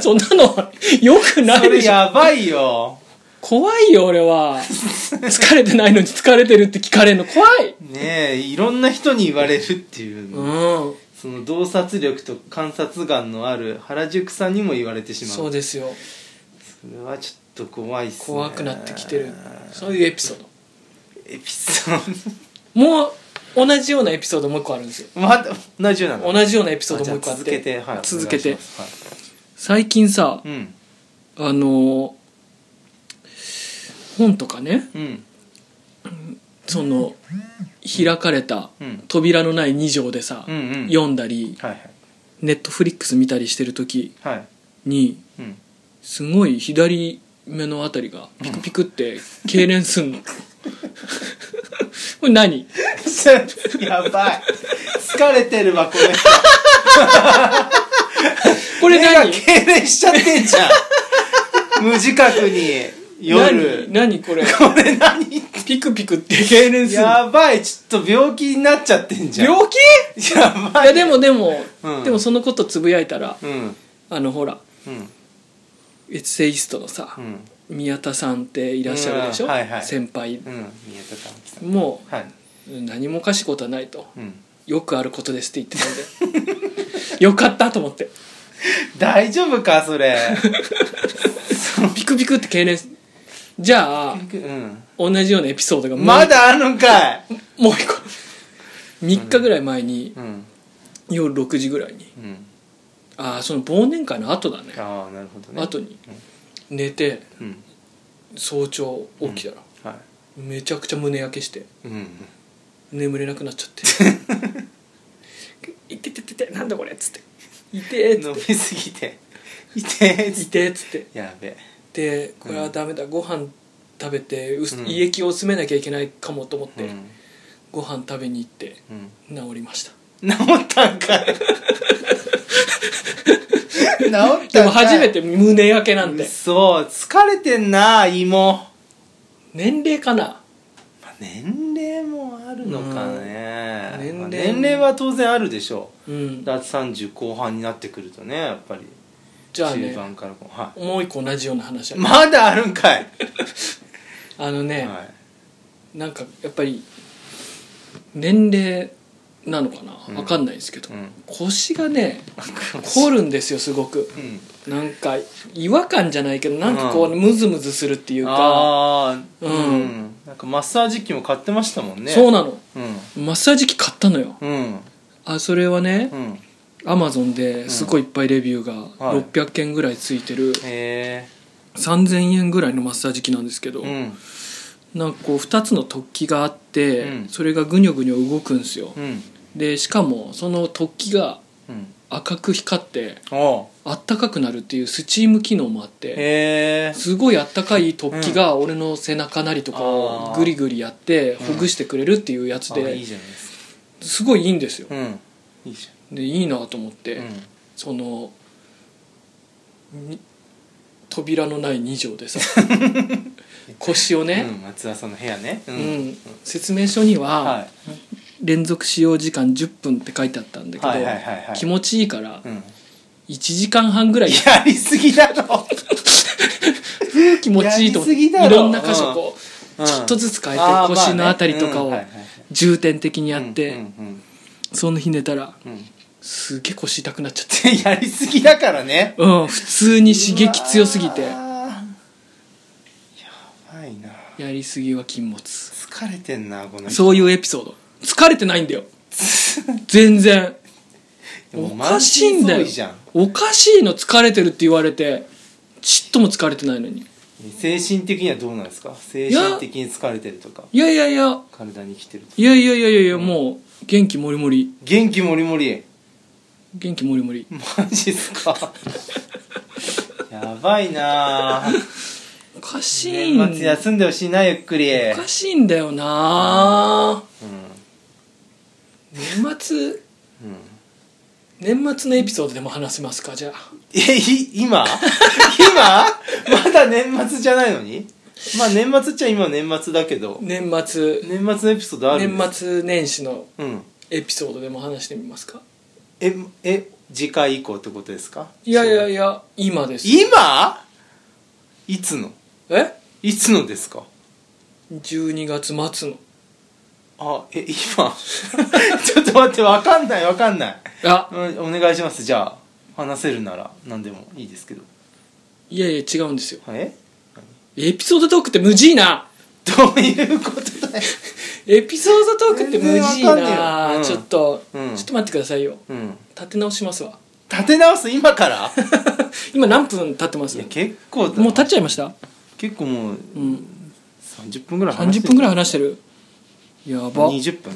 [SPEAKER 1] そんなのはよくな
[SPEAKER 2] そ
[SPEAKER 1] いで
[SPEAKER 2] れ
[SPEAKER 1] しょ
[SPEAKER 2] やばいよ
[SPEAKER 1] 怖いよ俺は [laughs] 疲れてないのに疲れてるって聞かれるの怖い
[SPEAKER 2] ねえいろんな人に言われるっていうの、
[SPEAKER 1] うん
[SPEAKER 2] その洞察力と観察眼のある原宿さんにも言われてしまう
[SPEAKER 1] そうですよ
[SPEAKER 2] それはちょっと怖いっすね
[SPEAKER 1] 怖くなってきてるそういうエピソード
[SPEAKER 2] エピソー
[SPEAKER 1] もう同じようなエピソードもう一個あるんですよ
[SPEAKER 2] ド [laughs] また同じようなの
[SPEAKER 1] 同じようなエピソードもう一
[SPEAKER 2] じ
[SPEAKER 1] 個あ
[SPEAKER 2] ゃあ
[SPEAKER 1] って
[SPEAKER 2] 続けて、はい、
[SPEAKER 1] 続け
[SPEAKER 2] お
[SPEAKER 1] て
[SPEAKER 2] 願いします
[SPEAKER 1] 最近さ
[SPEAKER 2] はい、うん
[SPEAKER 1] あのー本とかね
[SPEAKER 2] うん
[SPEAKER 1] その開かれた
[SPEAKER 2] うん
[SPEAKER 1] 扉のない2畳でさ、
[SPEAKER 2] うんうん
[SPEAKER 1] 読んだり
[SPEAKER 2] はい
[SPEAKER 1] ネットフリックス見たりしてる時
[SPEAKER 2] はいはい
[SPEAKER 1] に
[SPEAKER 2] うん [laughs]
[SPEAKER 1] すごい左目のあたりがピクピクって痙攣すんの [laughs] これ何
[SPEAKER 2] やばい疲れてるわ
[SPEAKER 1] [laughs]
[SPEAKER 2] これ
[SPEAKER 1] これ
[SPEAKER 2] 目が痙
[SPEAKER 1] 何
[SPEAKER 2] 攣しちゃってんじゃん無自覚に夜
[SPEAKER 1] 何何これ
[SPEAKER 2] これ何
[SPEAKER 1] ピクピクって痙攣すんの
[SPEAKER 2] [laughs] やばいちょっと病気になっちゃってんじゃん
[SPEAKER 1] 病気
[SPEAKER 2] やば
[SPEAKER 1] い
[SPEAKER 2] い
[SPEAKER 1] やでもでも、
[SPEAKER 2] うん
[SPEAKER 1] でもそのことつぶやいたら
[SPEAKER 2] うん
[SPEAKER 1] あのほら
[SPEAKER 2] うん
[SPEAKER 1] エッセイストのさ
[SPEAKER 2] う、ん
[SPEAKER 1] 宮田さんっていらっしゃるでしょ、
[SPEAKER 2] うんはいはい
[SPEAKER 1] 先輩
[SPEAKER 2] うん宮田直樹さん
[SPEAKER 1] も
[SPEAKER 2] はいう
[SPEAKER 1] 何もおかしいことはないと
[SPEAKER 2] うん
[SPEAKER 1] よくあることですって言って
[SPEAKER 2] [laughs]
[SPEAKER 1] たんでよかったと思って
[SPEAKER 2] 大丈夫かそ
[SPEAKER 1] [laughs]
[SPEAKER 2] れ
[SPEAKER 1] ピクピクって痙攣すじゃあ
[SPEAKER 2] うん
[SPEAKER 1] 同じようなエピソードがもう
[SPEAKER 2] まだあるのかい
[SPEAKER 1] もう一個3日ぐらい前に
[SPEAKER 2] うん
[SPEAKER 1] 夜6時ぐらいに
[SPEAKER 2] うん
[SPEAKER 1] ああその忘年会の後だね
[SPEAKER 2] ああなるほどね
[SPEAKER 1] 後に寝て
[SPEAKER 2] うん
[SPEAKER 1] 早朝起きたら、
[SPEAKER 2] は
[SPEAKER 1] めちゃくちゃ胸焼けして
[SPEAKER 2] いうん
[SPEAKER 1] 眠れなくなっちゃって「
[SPEAKER 2] [laughs]
[SPEAKER 1] いててててなんだこれ」っつって「いて」っつ
[SPEAKER 2] 飲
[SPEAKER 1] っ
[SPEAKER 2] みすぎていて
[SPEAKER 1] て「いて」っつって
[SPEAKER 2] やべ
[SPEAKER 1] でこれはダメだ、ご飯食べてうす
[SPEAKER 2] うん
[SPEAKER 1] 胃液を詰めなきゃいけないかもと思っ
[SPEAKER 2] う
[SPEAKER 1] て、
[SPEAKER 2] ん
[SPEAKER 1] ご飯食べに行って
[SPEAKER 2] うん
[SPEAKER 1] 治りました
[SPEAKER 2] 治ったんかい治ったんか
[SPEAKER 1] [laughs]
[SPEAKER 2] い
[SPEAKER 1] でも初めて胸焼けなんて
[SPEAKER 2] そう疲れてんな芋、ま
[SPEAKER 1] 年齢かな
[SPEAKER 2] あ、年齢もあるのかね、
[SPEAKER 1] うん
[SPEAKER 2] まあ
[SPEAKER 1] 年齢も
[SPEAKER 2] 年齢は当然あるでしょ
[SPEAKER 1] うん
[SPEAKER 2] うだって30後半になってくるとねやっぱり
[SPEAKER 1] じゃあ
[SPEAKER 2] 中
[SPEAKER 1] ね
[SPEAKER 2] 盤からこうはい
[SPEAKER 1] もう一個同じような話ある
[SPEAKER 2] まだあるんかい、
[SPEAKER 1] あのね、
[SPEAKER 2] はい
[SPEAKER 1] なんかやっぱり年齢なのかな
[SPEAKER 2] うん
[SPEAKER 1] 分かんないですけど、
[SPEAKER 2] うん
[SPEAKER 1] 腰がね凝るんですよすごく
[SPEAKER 2] うん
[SPEAKER 1] なんか違和感じゃないけどなんかこうムズムズするっていうか、
[SPEAKER 2] ああ
[SPEAKER 1] う
[SPEAKER 2] うんん、なんかマッサージ機も買ってましたもんね
[SPEAKER 1] そうなの
[SPEAKER 2] うん
[SPEAKER 1] マッサージ機買ったのよ
[SPEAKER 2] うん
[SPEAKER 1] あそれはね
[SPEAKER 2] うんへ
[SPEAKER 1] アマゾンですごいいっぱいレビューが
[SPEAKER 2] はい
[SPEAKER 1] 600件ぐらいついてる
[SPEAKER 2] え
[SPEAKER 1] 3000円ぐらいのマッサージ機なんですけど、
[SPEAKER 2] うん
[SPEAKER 1] なんかこう2つの突起があって、
[SPEAKER 2] うん
[SPEAKER 1] それがぐにょぐにょ動くんですよ、
[SPEAKER 2] うん
[SPEAKER 1] でしかもその突起が
[SPEAKER 2] うん
[SPEAKER 1] 赤く光って
[SPEAKER 2] おう
[SPEAKER 1] あったかくなるっていうスチーム機能もあって
[SPEAKER 2] へえ
[SPEAKER 1] すごいあったかい突起が俺の背中なりとかを
[SPEAKER 2] あー
[SPEAKER 1] グリグリやって
[SPEAKER 2] うん
[SPEAKER 1] ほぐしてくれるっていうやつ
[SPEAKER 2] あい
[SPEAKER 1] で
[SPEAKER 2] いじゃないですか
[SPEAKER 1] すごいいいんですよ
[SPEAKER 2] うんいいじ
[SPEAKER 1] でいいなと思って、
[SPEAKER 2] ゃんうん
[SPEAKER 1] そのに扉のない2畳でさ
[SPEAKER 2] [laughs]
[SPEAKER 1] 腰を
[SPEAKER 2] う
[SPEAKER 1] ね、
[SPEAKER 2] ん、松田さんの部屋ねう
[SPEAKER 1] うんん説明書には、
[SPEAKER 2] は
[SPEAKER 1] 連続使用時間10分って書いてあったんだ
[SPEAKER 2] い、
[SPEAKER 1] けど、
[SPEAKER 2] はいはいはいはい
[SPEAKER 1] 気持ちいいから
[SPEAKER 2] うん、
[SPEAKER 1] 1時間半ぐらい
[SPEAKER 2] やりすぎだ
[SPEAKER 1] [laughs]
[SPEAKER 2] ろ、
[SPEAKER 1] 気持ちいいと思っ
[SPEAKER 2] やりすぎ
[SPEAKER 1] て
[SPEAKER 2] だろ
[SPEAKER 1] いろんな箇所こう、
[SPEAKER 2] うん
[SPEAKER 1] ちょっとずつ変えて
[SPEAKER 2] あー
[SPEAKER 1] 腰のあたりとか
[SPEAKER 2] ま
[SPEAKER 1] を
[SPEAKER 2] あねうんはいはいはい
[SPEAKER 1] 重点的にやって、
[SPEAKER 2] うんうん
[SPEAKER 1] その日寝たら
[SPEAKER 2] うん [laughs]
[SPEAKER 1] すげえ腰痛くなっちゃって
[SPEAKER 2] やりすぎだからね
[SPEAKER 1] うん普通に刺激強すぎて
[SPEAKER 2] うわーやばいな
[SPEAKER 1] やりすぎは禁物
[SPEAKER 2] 疲れてんなこの人
[SPEAKER 1] そういうエピソード疲れてないんだよ全然
[SPEAKER 2] でも
[SPEAKER 1] おかしいんだよ
[SPEAKER 2] 満身創痍じゃん
[SPEAKER 1] おかしいの疲れてるって言われてちっとも疲れてないのに
[SPEAKER 2] 精神的にはどうなんですか精神的に疲れてるとか
[SPEAKER 1] いやいやいや
[SPEAKER 2] 体に来てるとか
[SPEAKER 1] いやいやいやいやいや、もう元気もりもり
[SPEAKER 2] 元気もりもり
[SPEAKER 1] 元気もりもり
[SPEAKER 2] マジっ
[SPEAKER 1] [laughs]
[SPEAKER 2] すかやばいな
[SPEAKER 1] おかしいん
[SPEAKER 2] 年末休んでほしいなゆっくり
[SPEAKER 1] おかしいんだよな年末
[SPEAKER 2] うんうん
[SPEAKER 1] 年末のエピソードでも話せますかじゃあ
[SPEAKER 2] えい今 [laughs] 今まだ年末じゃないのにまあ年末っちゃ今年末だけど
[SPEAKER 1] 年末
[SPEAKER 2] 年末のエピソードあるんです
[SPEAKER 1] 年末年始の
[SPEAKER 2] うん
[SPEAKER 1] エピソードでも話してみますか
[SPEAKER 2] ええ次回以降ってことですか
[SPEAKER 1] いやいやいや今です
[SPEAKER 2] 今いつの
[SPEAKER 1] え
[SPEAKER 2] いつのですか
[SPEAKER 1] 12月末の
[SPEAKER 2] あえ今 [laughs] ちょっと待ってわかんないわかんない
[SPEAKER 1] あ
[SPEAKER 2] うんお願いしますじゃあ話せるなら何でもいいですけど
[SPEAKER 1] いやいや違うんですよ
[SPEAKER 2] え
[SPEAKER 1] エピソードトークって無事いな
[SPEAKER 2] どういうことだよ
[SPEAKER 1] エピソードトークって無事い
[SPEAKER 2] 全然わかんねえ
[SPEAKER 1] な、
[SPEAKER 2] ようん
[SPEAKER 1] ちょっと、
[SPEAKER 2] うん
[SPEAKER 1] ちょっと待ってくださいよ
[SPEAKER 2] うん
[SPEAKER 1] 立て直しますわ
[SPEAKER 2] 立て直す今から
[SPEAKER 1] [laughs] 今何分経ってます
[SPEAKER 2] [laughs] いや結構だ
[SPEAKER 1] もう立っちゃいました
[SPEAKER 2] 結構もう
[SPEAKER 1] うん
[SPEAKER 2] 30分ぐらい話して
[SPEAKER 1] 30分ぐらい話してるやばい
[SPEAKER 2] 20分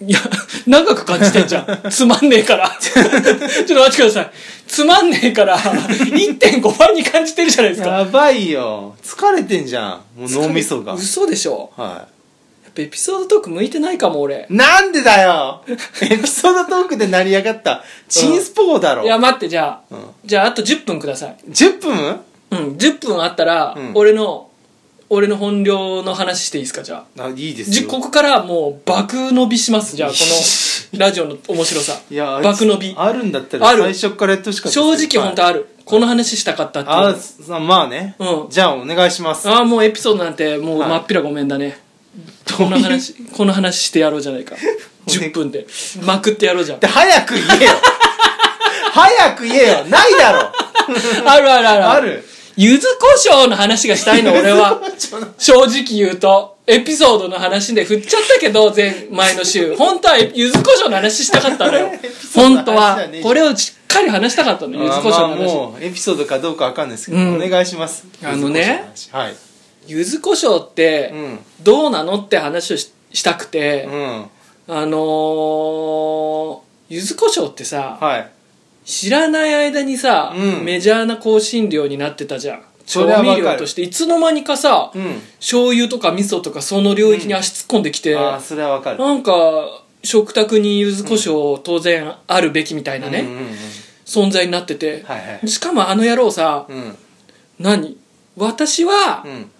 [SPEAKER 2] ね
[SPEAKER 1] や長く感じてんじゃん [laughs] つまんねえからちょっと待ってくださいつまんねえ
[SPEAKER 2] [laughs]
[SPEAKER 1] から1.5倍に感じてるじゃないですか
[SPEAKER 2] やばいよ疲れてんじゃんもう脳みそが
[SPEAKER 1] 嘘でしょ
[SPEAKER 2] は
[SPEAKER 1] やっぱエピソードトーク向いてないかも俺
[SPEAKER 2] いなんでだよエピソードトークで成り上がったチンスポーだろ、
[SPEAKER 1] いや待ってじゃあ、
[SPEAKER 2] うん
[SPEAKER 1] じゃああと10分ください
[SPEAKER 2] 10分
[SPEAKER 1] うん10分あったら、
[SPEAKER 2] うん
[SPEAKER 1] 俺の俺の本領の話していいですかじゃあ
[SPEAKER 2] あいいです
[SPEAKER 1] じ
[SPEAKER 2] よ
[SPEAKER 1] ここからもう爆伸びしますじゃあこ
[SPEAKER 2] [laughs]
[SPEAKER 1] のラジオの面白さ
[SPEAKER 2] いや
[SPEAKER 1] 爆伸び
[SPEAKER 2] あるんだったら
[SPEAKER 1] ある
[SPEAKER 2] 最初からやってほしかった
[SPEAKER 1] 正直本当
[SPEAKER 2] あ
[SPEAKER 1] ある、この話したかったっていう
[SPEAKER 2] あさまあね、
[SPEAKER 1] うん
[SPEAKER 2] じゃあお願いします
[SPEAKER 1] ああもうエピソードなんてもう
[SPEAKER 2] はい
[SPEAKER 1] 真っ平ごめんだね、
[SPEAKER 2] どう
[SPEAKER 1] こ
[SPEAKER 2] いう
[SPEAKER 1] の話この話してやろうじゃないか10分でまくってやろうじゃん
[SPEAKER 2] で早く言
[SPEAKER 1] [laughs]
[SPEAKER 2] えよ早く言えよないだろ
[SPEAKER 1] あるあるある
[SPEAKER 2] ある
[SPEAKER 1] 柚子胡椒の話がしたいの俺
[SPEAKER 2] [laughs]
[SPEAKER 1] は正直言うとエピソードの話で振っちゃったけど前前の週本当は柚子胡椒の話したか
[SPEAKER 2] [laughs]
[SPEAKER 1] ったのよ
[SPEAKER 2] ソー
[SPEAKER 1] 本
[SPEAKER 2] ドの話
[SPEAKER 1] 当
[SPEAKER 2] じゃ
[SPEAKER 1] は
[SPEAKER 2] ねえじゃん
[SPEAKER 1] これをしっかり話したかったのよ
[SPEAKER 2] ま
[SPEAKER 1] 柚
[SPEAKER 2] あ
[SPEAKER 1] 子胡椒の
[SPEAKER 2] まあ
[SPEAKER 1] 話、
[SPEAKER 2] もうエピソードかどうかわかんないですけど、
[SPEAKER 1] うん
[SPEAKER 2] お願いします
[SPEAKER 1] あのね
[SPEAKER 2] 柚子胡椒の話はい
[SPEAKER 1] 柚子胡椒って
[SPEAKER 2] うん
[SPEAKER 1] どうなのって話をししたくて、
[SPEAKER 2] うん
[SPEAKER 1] あのー、柚子胡椒ってさ、
[SPEAKER 2] はい
[SPEAKER 1] 知らない間にさ、
[SPEAKER 2] うん
[SPEAKER 1] メジャーな香辛料になってたじゃん
[SPEAKER 2] そ
[SPEAKER 1] 調
[SPEAKER 2] れはわかる
[SPEAKER 1] 味料としていつの間にかさ、
[SPEAKER 2] うん
[SPEAKER 1] 醤油とか味噌とかその領域に足突っ込んできて、
[SPEAKER 2] ああそれはわかる
[SPEAKER 1] なんか食卓に柚子胡椒当然あるべきみたいなね、
[SPEAKER 2] うんうんうん
[SPEAKER 1] 存在になってて、
[SPEAKER 2] はいはい
[SPEAKER 1] しかもあの野郎さ、
[SPEAKER 2] うん
[SPEAKER 1] 何私は、
[SPEAKER 2] うん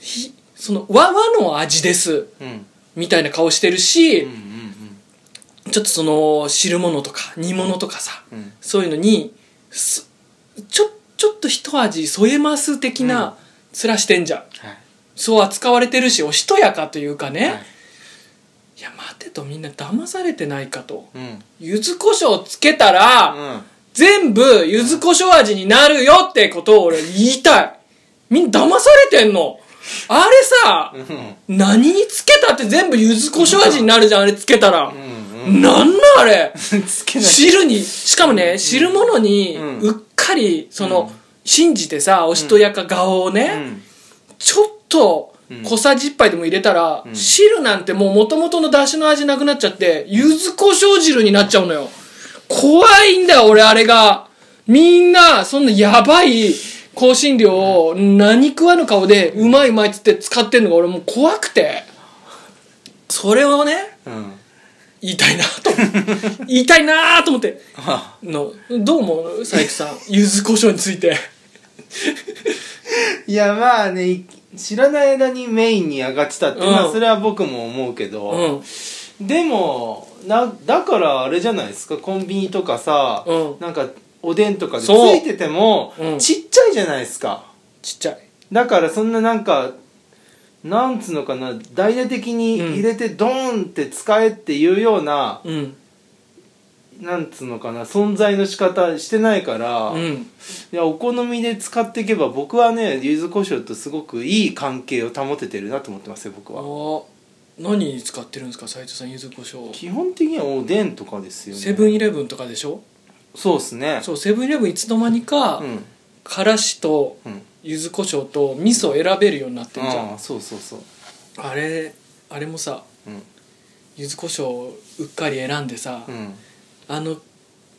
[SPEAKER 1] ひその和和の味です
[SPEAKER 2] うん
[SPEAKER 1] みたいな顔してるし、
[SPEAKER 2] うんうん
[SPEAKER 1] ちょっとその汁物とか煮物とかさ、
[SPEAKER 2] うんうん
[SPEAKER 1] そういうのにすちょちょっと一味添えます的
[SPEAKER 2] うん
[SPEAKER 1] な面してんじゃん、
[SPEAKER 2] はい
[SPEAKER 1] そう扱われてるしおしとやかというかね、
[SPEAKER 2] はい
[SPEAKER 1] い、や待てとみんな騙されてないかと
[SPEAKER 2] うん
[SPEAKER 1] 柚子胡椒つけたら、
[SPEAKER 2] うん
[SPEAKER 1] 全部柚子胡椒味になるよってことを俺言いたいみんな騙されてんのあれさ、
[SPEAKER 2] うん
[SPEAKER 1] 何につけたって全部柚子胡椒味になるじゃんあれつけたら、
[SPEAKER 2] うん
[SPEAKER 1] なんなんあれ
[SPEAKER 2] うんつけない
[SPEAKER 1] 汁にしかもね汁物に
[SPEAKER 2] うん
[SPEAKER 1] うっかりその、
[SPEAKER 2] うん
[SPEAKER 1] 信じてさおしとやか顔をね、ちょっと
[SPEAKER 2] うん
[SPEAKER 1] 小さじ1杯でも入れたら、
[SPEAKER 2] うん
[SPEAKER 1] 汁なんてもう元々の出汁の味なくなっちゃって柚子胡椒汁になっちゃうのよ怖いんだよ俺あれがみんなそんなやばい香辛料を何食わぬ顔でうまいうまいっつって使ってんのが俺もう怖くてそれをね
[SPEAKER 2] うんうん
[SPEAKER 1] 言いたいなと [laughs] 言いたいなと思って
[SPEAKER 2] あ
[SPEAKER 1] のどう思う佐伯
[SPEAKER 2] [laughs]
[SPEAKER 1] さん柚子胡椒について
[SPEAKER 2] いやまあねい知らない間にメインに上がってたって、
[SPEAKER 1] うん
[SPEAKER 2] まあそれは僕も思うけど、
[SPEAKER 1] うん
[SPEAKER 2] でもなだからあれじゃないですかコンビニとかさ、
[SPEAKER 1] うん
[SPEAKER 2] なんかおでんとかでつ
[SPEAKER 1] そう
[SPEAKER 2] いてても、
[SPEAKER 1] うん
[SPEAKER 2] ちっちゃいじゃないですか
[SPEAKER 1] ちっちゃい
[SPEAKER 2] だからそんななんかなんつうのかな大々的に入れてドーンって使えっていうような
[SPEAKER 1] うん
[SPEAKER 2] なんつうのかな存在の仕方してないから、
[SPEAKER 1] う
[SPEAKER 2] い
[SPEAKER 1] ん
[SPEAKER 2] やお好みで使っていけば僕はね柚子胡椒とすごくいい関係を保ててるなと思ってますよ僕は
[SPEAKER 1] あ何に使ってるんですか斉藤さん柚子胡椒
[SPEAKER 2] 基本的にはおでんとかですよね
[SPEAKER 1] セブンイレブンとかでしょ
[SPEAKER 2] そうっすね
[SPEAKER 1] そうセブンイレブンいつの間にか、
[SPEAKER 2] うん
[SPEAKER 1] からしと
[SPEAKER 2] うん
[SPEAKER 1] 柚子胡椒と味噌選べるようになってんじゃん
[SPEAKER 2] ああそうそうそう
[SPEAKER 1] あれあれもさ
[SPEAKER 2] うん
[SPEAKER 1] 柚子胡椒をうっかり選んでさ、
[SPEAKER 2] うん
[SPEAKER 1] あの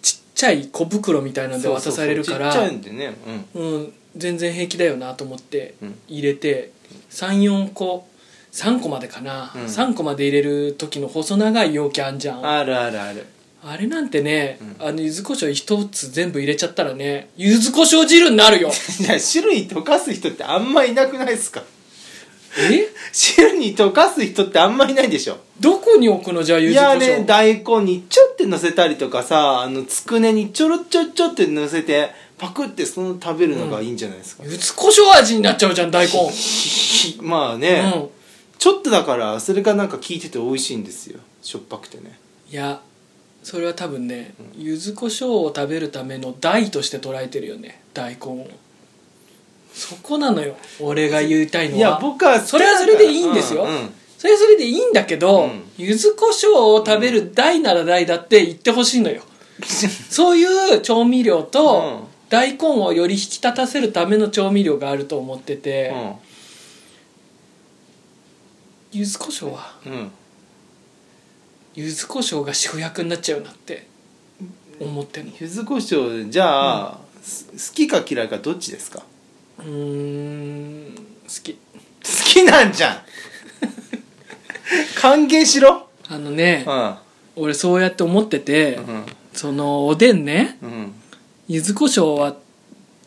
[SPEAKER 1] ちっちゃい小袋みたいなので渡されるから
[SPEAKER 2] そうそうそうちっちゃいんでねうん
[SPEAKER 1] うん、全然平気だよなと思って
[SPEAKER 2] うん
[SPEAKER 1] 入れて、34個3個までかな、
[SPEAKER 2] うん
[SPEAKER 1] 3個まで入れる時の細長い容器あんじゃんあ
[SPEAKER 2] あるあるあ [laughs] る
[SPEAKER 1] れなんてね、
[SPEAKER 2] うん
[SPEAKER 1] あの柚子胡椒一つ全部入れちゃったらね柚子胡椒汁にな
[SPEAKER 2] [laughs]
[SPEAKER 1] るよ
[SPEAKER 2] いや汁に溶かす人ってあんまいなくないですか [laughs]
[SPEAKER 1] え
[SPEAKER 2] 汁に溶かす人ってあんまいないでしょ
[SPEAKER 1] どこに置くのじゃあ柚
[SPEAKER 2] い
[SPEAKER 1] 子胡
[SPEAKER 2] や
[SPEAKER 1] 椒
[SPEAKER 2] ね大根にちょって乗せたりとかさあのつくねにちょろちょちょって乗せてパクってその食べるのがいいんじゃないですか、
[SPEAKER 1] 柚子胡椒味になっちゃうじゃん大根
[SPEAKER 2] [laughs] まあね、
[SPEAKER 1] うん
[SPEAKER 2] ちょっとだからそれがなんか効いてて美味しいんですよしょっぱくてね
[SPEAKER 1] いやそれは多分ね柚子胡椒を食べるための代として捉えてるよね大根をそこなのよ俺が言いたいのはい
[SPEAKER 2] や僕は
[SPEAKER 1] それはそれでいいんですよ
[SPEAKER 2] うんうん
[SPEAKER 1] それはそれでいいんだけど、
[SPEAKER 2] うん
[SPEAKER 1] 柚子胡椒を食べる代なら代だって言ってほしいのよそういう調味料
[SPEAKER 2] うん
[SPEAKER 1] と大根をより引き立たせるための調味料があると思ってて、柚子胡椒は
[SPEAKER 2] うん、うん
[SPEAKER 1] 柚子胡椒が主役になっちゃうなって思ってんの
[SPEAKER 2] 柚子胡椒じゃあ、す好きか嫌いかどっちですか好
[SPEAKER 1] うーん好き
[SPEAKER 2] きなんじゃん [laughs] 歓迎しろ
[SPEAKER 1] あのね
[SPEAKER 2] うん
[SPEAKER 1] 俺そうやって思ってて、
[SPEAKER 2] うん
[SPEAKER 1] そのおでんね
[SPEAKER 2] うん
[SPEAKER 1] 柚子胡椒は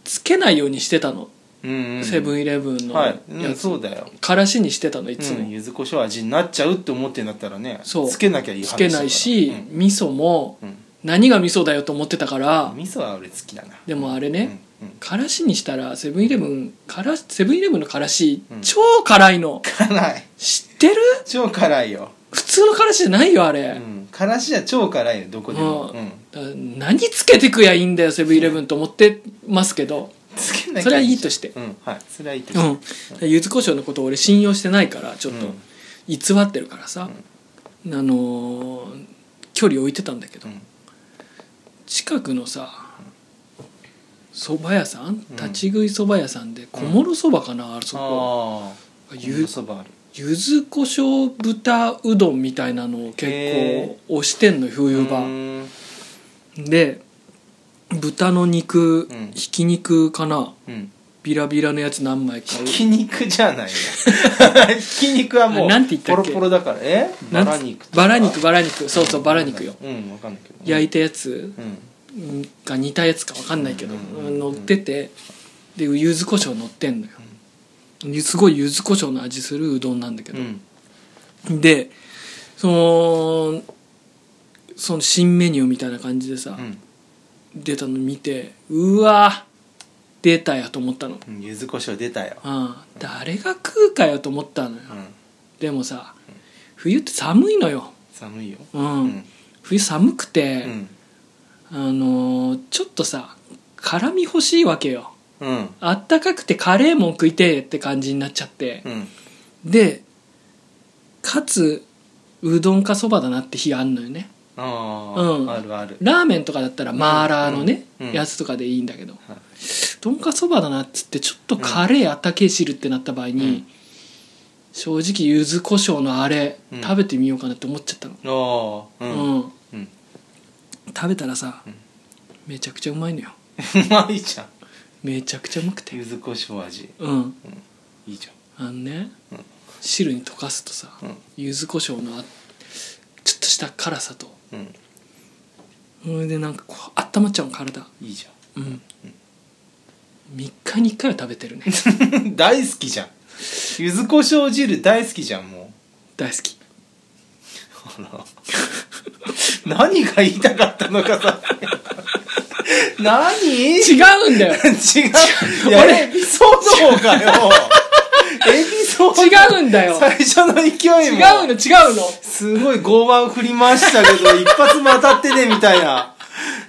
[SPEAKER 1] つけないようにしてたの、
[SPEAKER 2] うんうん
[SPEAKER 1] セブンイレブンの
[SPEAKER 2] は
[SPEAKER 1] や
[SPEAKER 2] い、
[SPEAKER 1] つ、
[SPEAKER 2] うん、そうだよ
[SPEAKER 1] からしにしてたのいつ
[SPEAKER 2] う
[SPEAKER 1] も、
[SPEAKER 2] ん、柚子胡椒味になっちゃうって思ってんだったらね
[SPEAKER 1] そう
[SPEAKER 2] つけなきゃいい話
[SPEAKER 1] つ
[SPEAKER 2] だ
[SPEAKER 1] けないし、
[SPEAKER 2] から
[SPEAKER 1] 味噌も
[SPEAKER 2] うん
[SPEAKER 1] 何が味噌だよと思ってたから
[SPEAKER 2] うん、味噌は俺好きだな
[SPEAKER 1] でもあれね、
[SPEAKER 2] うんうん
[SPEAKER 1] からしにしたらセブンイレブンからしセブンイレブンのからし、
[SPEAKER 2] うん
[SPEAKER 1] 超辛いの
[SPEAKER 2] 辛い
[SPEAKER 1] 知ってる
[SPEAKER 2] 超辛いよ、
[SPEAKER 1] 普通のからしじゃないよあれ、
[SPEAKER 2] うん、からしは超辛いよどこでも、
[SPEAKER 1] うん
[SPEAKER 2] うん、
[SPEAKER 1] だから何つけてくやいいんだよセブンイレブンと思ってますけど
[SPEAKER 2] つけなきゃ
[SPEAKER 1] それはいいとして
[SPEAKER 2] うんはいそれはいいと
[SPEAKER 1] う
[SPEAKER 2] して、
[SPEAKER 1] ん柚子胡椒のこと俺信用してないからちょっと
[SPEAKER 2] うん
[SPEAKER 1] 偽ってるからさ、あのー距離置いてたんだけど、
[SPEAKER 2] うん
[SPEAKER 1] 近くのさ蕎麦屋さん立ち食い蕎麦屋さんで小諸蕎麦かな、あそこ
[SPEAKER 2] ああ
[SPEAKER 1] ゆ
[SPEAKER 2] ゆそばある
[SPEAKER 1] 柚子胡椒豚うどんみたいなのを結
[SPEAKER 2] へ
[SPEAKER 1] 構押してんの冬場。
[SPEAKER 2] うん
[SPEAKER 1] で豚の肉、
[SPEAKER 2] うん
[SPEAKER 1] ひき肉かな
[SPEAKER 2] うん
[SPEAKER 1] ビラビラのやつ何枚か
[SPEAKER 2] ひき肉じゃ
[SPEAKER 1] [laughs]
[SPEAKER 2] ないよひき肉はも
[SPEAKER 1] あ
[SPEAKER 2] う
[SPEAKER 1] なんて言ったっ
[SPEAKER 2] ポロ
[SPEAKER 1] け
[SPEAKER 2] ポロだからえ
[SPEAKER 1] な
[SPEAKER 2] バ
[SPEAKER 1] ん
[SPEAKER 2] ラ肉とか
[SPEAKER 1] バラ肉バラ肉そうそうバラ肉よ
[SPEAKER 2] うんわかんないけど
[SPEAKER 1] 焼いた
[SPEAKER 2] て
[SPEAKER 1] やつ
[SPEAKER 2] うん
[SPEAKER 1] が似たやつか分かんないけど、
[SPEAKER 2] うんうん
[SPEAKER 1] 乗っててで柚子胡椒乗ってんのよ、すごい柚子胡椒の味するうどんなんだけど
[SPEAKER 2] う、ん
[SPEAKER 1] でそのその新メニューみたいな感じでさ、
[SPEAKER 2] うん
[SPEAKER 1] 出たの見てうわ出たやと思ったの
[SPEAKER 2] うん柚子胡椒出たよ
[SPEAKER 1] ああ誰が食うかよと思ったのよ、
[SPEAKER 2] うん
[SPEAKER 1] でもさ冬って寒いのよ、
[SPEAKER 2] 寒いよ
[SPEAKER 1] うん
[SPEAKER 2] うん
[SPEAKER 1] 冬寒く
[SPEAKER 2] う
[SPEAKER 1] て、
[SPEAKER 2] ん
[SPEAKER 1] あのーちょっとさ辛み欲しいわけよ
[SPEAKER 2] うん
[SPEAKER 1] あったかくてカレーもん食いてえって感じになっちゃって
[SPEAKER 2] う、ん
[SPEAKER 1] でかつうどんかそばだなって日あんのよね
[SPEAKER 2] あ
[SPEAKER 1] うん
[SPEAKER 2] ああるある
[SPEAKER 1] ラーメンとかだったらマーラーのね、
[SPEAKER 2] うんうん
[SPEAKER 1] やつとかでいいんだけど、
[SPEAKER 2] いう
[SPEAKER 1] どんかそばだなっつってちょっとカレーあったけえ汁ってなった場合に、
[SPEAKER 2] うん
[SPEAKER 1] 正直柚子胡椒のあれ、
[SPEAKER 2] うん
[SPEAKER 1] 食べてみようかなって思っちゃったの
[SPEAKER 2] ああう
[SPEAKER 1] うんん、
[SPEAKER 2] うん [laughs]
[SPEAKER 1] 食べたらさ、
[SPEAKER 2] うん
[SPEAKER 1] めちゃくちゃうまいのよ
[SPEAKER 2] うまいじゃん
[SPEAKER 1] めちゃくちゃうまくて
[SPEAKER 2] 柚子胡椒味
[SPEAKER 1] うん
[SPEAKER 2] いいじ
[SPEAKER 1] あのね、
[SPEAKER 2] うん
[SPEAKER 1] 汁に溶かすとさ、
[SPEAKER 2] うん
[SPEAKER 1] 柚子胡椒のあちょっとした辛さと
[SPEAKER 2] ゃんうん
[SPEAKER 1] それでなんかこうあったまっちゃうの体
[SPEAKER 2] いいじ
[SPEAKER 1] うん、3日に1回は食べてるね
[SPEAKER 2] ゃん [laughs] 大好きじゃん柚子胡椒汁大好きじゃんも
[SPEAKER 1] [laughs] 大好き
[SPEAKER 2] うあら [laughs] 何が言いたかったのかさ [laughs] 何
[SPEAKER 1] 違うんだよ
[SPEAKER 2] 違う。いや、
[SPEAKER 1] 俺
[SPEAKER 2] エピソードかよ。エピソ
[SPEAKER 1] [laughs]
[SPEAKER 2] そう
[SPEAKER 1] 違うんだよ
[SPEAKER 2] 最初の勢い
[SPEAKER 1] 違
[SPEAKER 2] も
[SPEAKER 1] うの違うの
[SPEAKER 2] すごい剛腕振りましたけ
[SPEAKER 1] [laughs]
[SPEAKER 2] ど一発も当たってねみたいな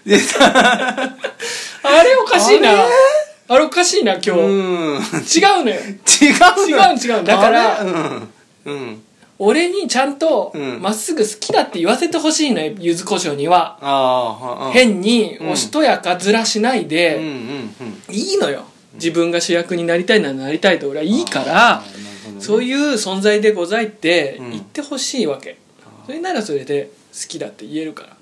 [SPEAKER 2] でさ
[SPEAKER 1] あれおかしいな
[SPEAKER 2] あれ
[SPEAKER 1] あれおかしいな今日
[SPEAKER 2] う
[SPEAKER 1] 違うん
[SPEAKER 2] 違う
[SPEAKER 1] のよ
[SPEAKER 2] 違
[SPEAKER 1] 違う違うだから
[SPEAKER 2] あれうんうん
[SPEAKER 1] 俺にちゃんと
[SPEAKER 2] うん
[SPEAKER 1] まっすぐ好きだって言わせてほしいのよ柚子胡椒には
[SPEAKER 2] ああ
[SPEAKER 1] 変に
[SPEAKER 2] うん
[SPEAKER 1] おしとやかずらしない
[SPEAKER 2] うんう
[SPEAKER 1] で、
[SPEAKER 2] んうん
[SPEAKER 1] いいのよ自分が主役になりたいならなりたいと俺はいいから
[SPEAKER 2] あーなるほどね
[SPEAKER 1] そういう存在でございって
[SPEAKER 2] うん
[SPEAKER 1] 言ってほしいわけ、それならそれで好きだって言えるからだか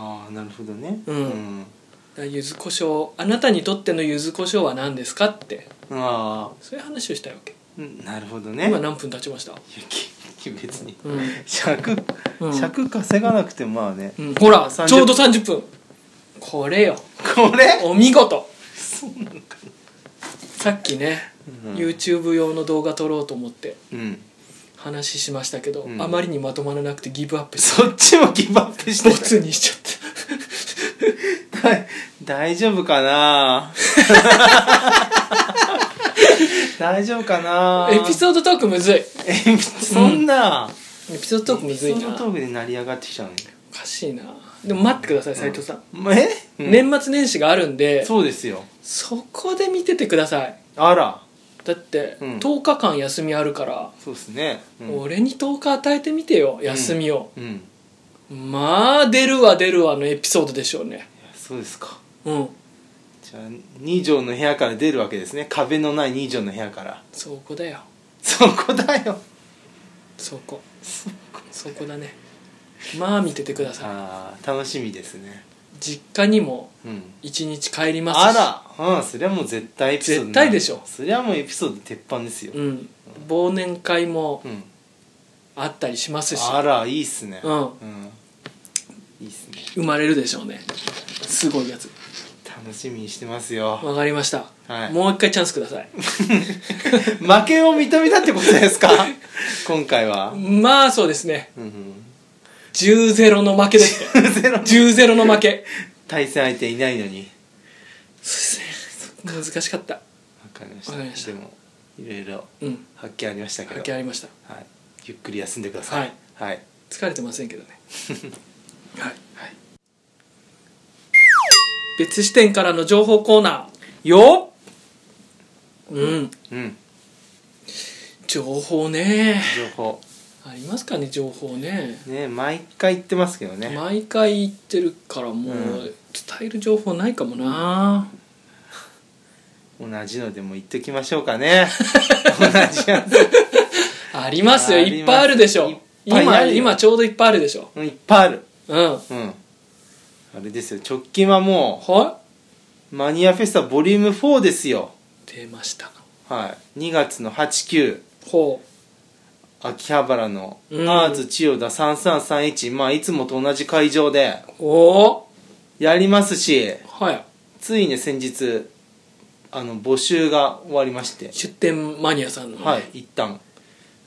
[SPEAKER 2] ああなるほどね
[SPEAKER 1] うん
[SPEAKER 2] ん
[SPEAKER 1] ら柚子胡椒あなたにとっての柚子胡椒は何ですかって
[SPEAKER 2] ああ
[SPEAKER 1] そういう話をしたいわけ
[SPEAKER 2] うんなるほどね
[SPEAKER 1] 今何分経ちました、
[SPEAKER 2] いやき別に
[SPEAKER 1] うん
[SPEAKER 2] 尺
[SPEAKER 1] うん
[SPEAKER 2] 尺稼がなくてもまあね
[SPEAKER 1] うん、ほら
[SPEAKER 2] 30
[SPEAKER 1] ちょうど30分これよ
[SPEAKER 2] これ
[SPEAKER 1] お見事さっきね、
[SPEAKER 2] うん
[SPEAKER 1] YouTube 用の動画撮ろうと思って
[SPEAKER 2] うん
[SPEAKER 1] 話しましたけど、
[SPEAKER 2] うん
[SPEAKER 1] あまりにまとまらなくてギブアップし
[SPEAKER 2] そっちもギブアップして
[SPEAKER 1] ボ
[SPEAKER 2] る
[SPEAKER 1] ツにしちゃっ
[SPEAKER 2] 大大丈夫
[SPEAKER 1] [laughs]
[SPEAKER 2] かな大丈夫かな
[SPEAKER 1] たエピソードトークむずいエ
[SPEAKER 2] エピそんな、
[SPEAKER 1] ピソードトークむずい
[SPEAKER 2] そ
[SPEAKER 1] な
[SPEAKER 2] のトークで成り上がってきちゃうね
[SPEAKER 1] おかしいなでも待ってください斉藤さん、
[SPEAKER 2] え、うん
[SPEAKER 1] 年末年始があるんでそ
[SPEAKER 2] そうですよ
[SPEAKER 1] こで見ててください
[SPEAKER 2] あら
[SPEAKER 1] だって、
[SPEAKER 2] うん
[SPEAKER 1] 10日間休みあるから、
[SPEAKER 2] そうですね、うん、
[SPEAKER 1] 俺に10日与えてみてよ休みを、
[SPEAKER 2] うんいや
[SPEAKER 1] まあ出るわ出るわのエピソードでしょうね
[SPEAKER 2] そうですか
[SPEAKER 1] うん
[SPEAKER 2] じゃあ2畳の部屋から出るわけですね壁のない2畳の部屋から
[SPEAKER 1] そこだよ
[SPEAKER 2] そこだよ
[SPEAKER 1] そこそこだねまあ見ててください
[SPEAKER 2] あー楽しみですね
[SPEAKER 1] 実家にも
[SPEAKER 2] うん
[SPEAKER 1] 一日帰りますし
[SPEAKER 2] あらうんそりゃもう絶対エピソードにな
[SPEAKER 1] 絶対
[SPEAKER 2] る
[SPEAKER 1] でしょ
[SPEAKER 2] そりゃもうエピソード鉄板ですよ
[SPEAKER 1] うん忘年会も
[SPEAKER 2] うん
[SPEAKER 1] あったりしますし
[SPEAKER 2] あらいいっすね
[SPEAKER 1] うん
[SPEAKER 2] いいっすね
[SPEAKER 1] 生まれるでしょうねすごいやつ
[SPEAKER 2] 楽しみにしてますよ
[SPEAKER 1] わかりました、
[SPEAKER 2] はい
[SPEAKER 1] もう一回チャンスください
[SPEAKER 2] 負けを認めたってことですか
[SPEAKER 1] [laughs]
[SPEAKER 2] 今回は
[SPEAKER 1] まあそうですね
[SPEAKER 2] うんうん
[SPEAKER 1] [laughs] 10-0の負けです [laughs] ね
[SPEAKER 2] ゼロ
[SPEAKER 1] 10-0の負け
[SPEAKER 2] 対戦相手いないのに
[SPEAKER 1] 難しかった
[SPEAKER 2] わかりました
[SPEAKER 1] わかりました
[SPEAKER 2] でもいろいろ
[SPEAKER 1] うん
[SPEAKER 2] 発見ありましたけ
[SPEAKER 1] 関
[SPEAKER 2] ど
[SPEAKER 1] 係ありました
[SPEAKER 2] はい、ゆっくり休んでくださいはい、はい
[SPEAKER 1] 疲れてません
[SPEAKER 2] [laughs]
[SPEAKER 1] けどねはい、別視点からの情報コーナ
[SPEAKER 2] よ
[SPEAKER 1] ーうん
[SPEAKER 2] っうん
[SPEAKER 1] 情報ね
[SPEAKER 2] 情報
[SPEAKER 1] ありますかね情報ね
[SPEAKER 2] ね毎回言ってますけどね
[SPEAKER 1] 毎回言ってるからもう
[SPEAKER 2] うん
[SPEAKER 1] 伝える情報ないかもな、
[SPEAKER 2] 同じのでも言っときましょうか [laughs] ね同じやつ
[SPEAKER 1] ありますよ
[SPEAKER 2] あります
[SPEAKER 1] いっぱいあるでし
[SPEAKER 2] いっ
[SPEAKER 1] ょ
[SPEAKER 2] ぱいあ
[SPEAKER 1] 今
[SPEAKER 2] るよ
[SPEAKER 1] 今ちょうどいっぱいあるでしょ
[SPEAKER 2] うんいっぱいある
[SPEAKER 1] うん
[SPEAKER 2] うんあれですよ直近はも
[SPEAKER 1] は
[SPEAKER 2] うマニアフェスタボリューム4ですよ
[SPEAKER 1] い出ました
[SPEAKER 2] はい2月の89
[SPEAKER 1] ほ
[SPEAKER 2] 秋葉原のア
[SPEAKER 1] うん
[SPEAKER 2] ーツ千代田3331、まあいつもと同じ会場で
[SPEAKER 1] うお
[SPEAKER 2] やりますし
[SPEAKER 1] ーはい
[SPEAKER 2] ついに先日あの募集が終わりまして
[SPEAKER 1] 出店マニアさんのね、
[SPEAKER 2] はい一旦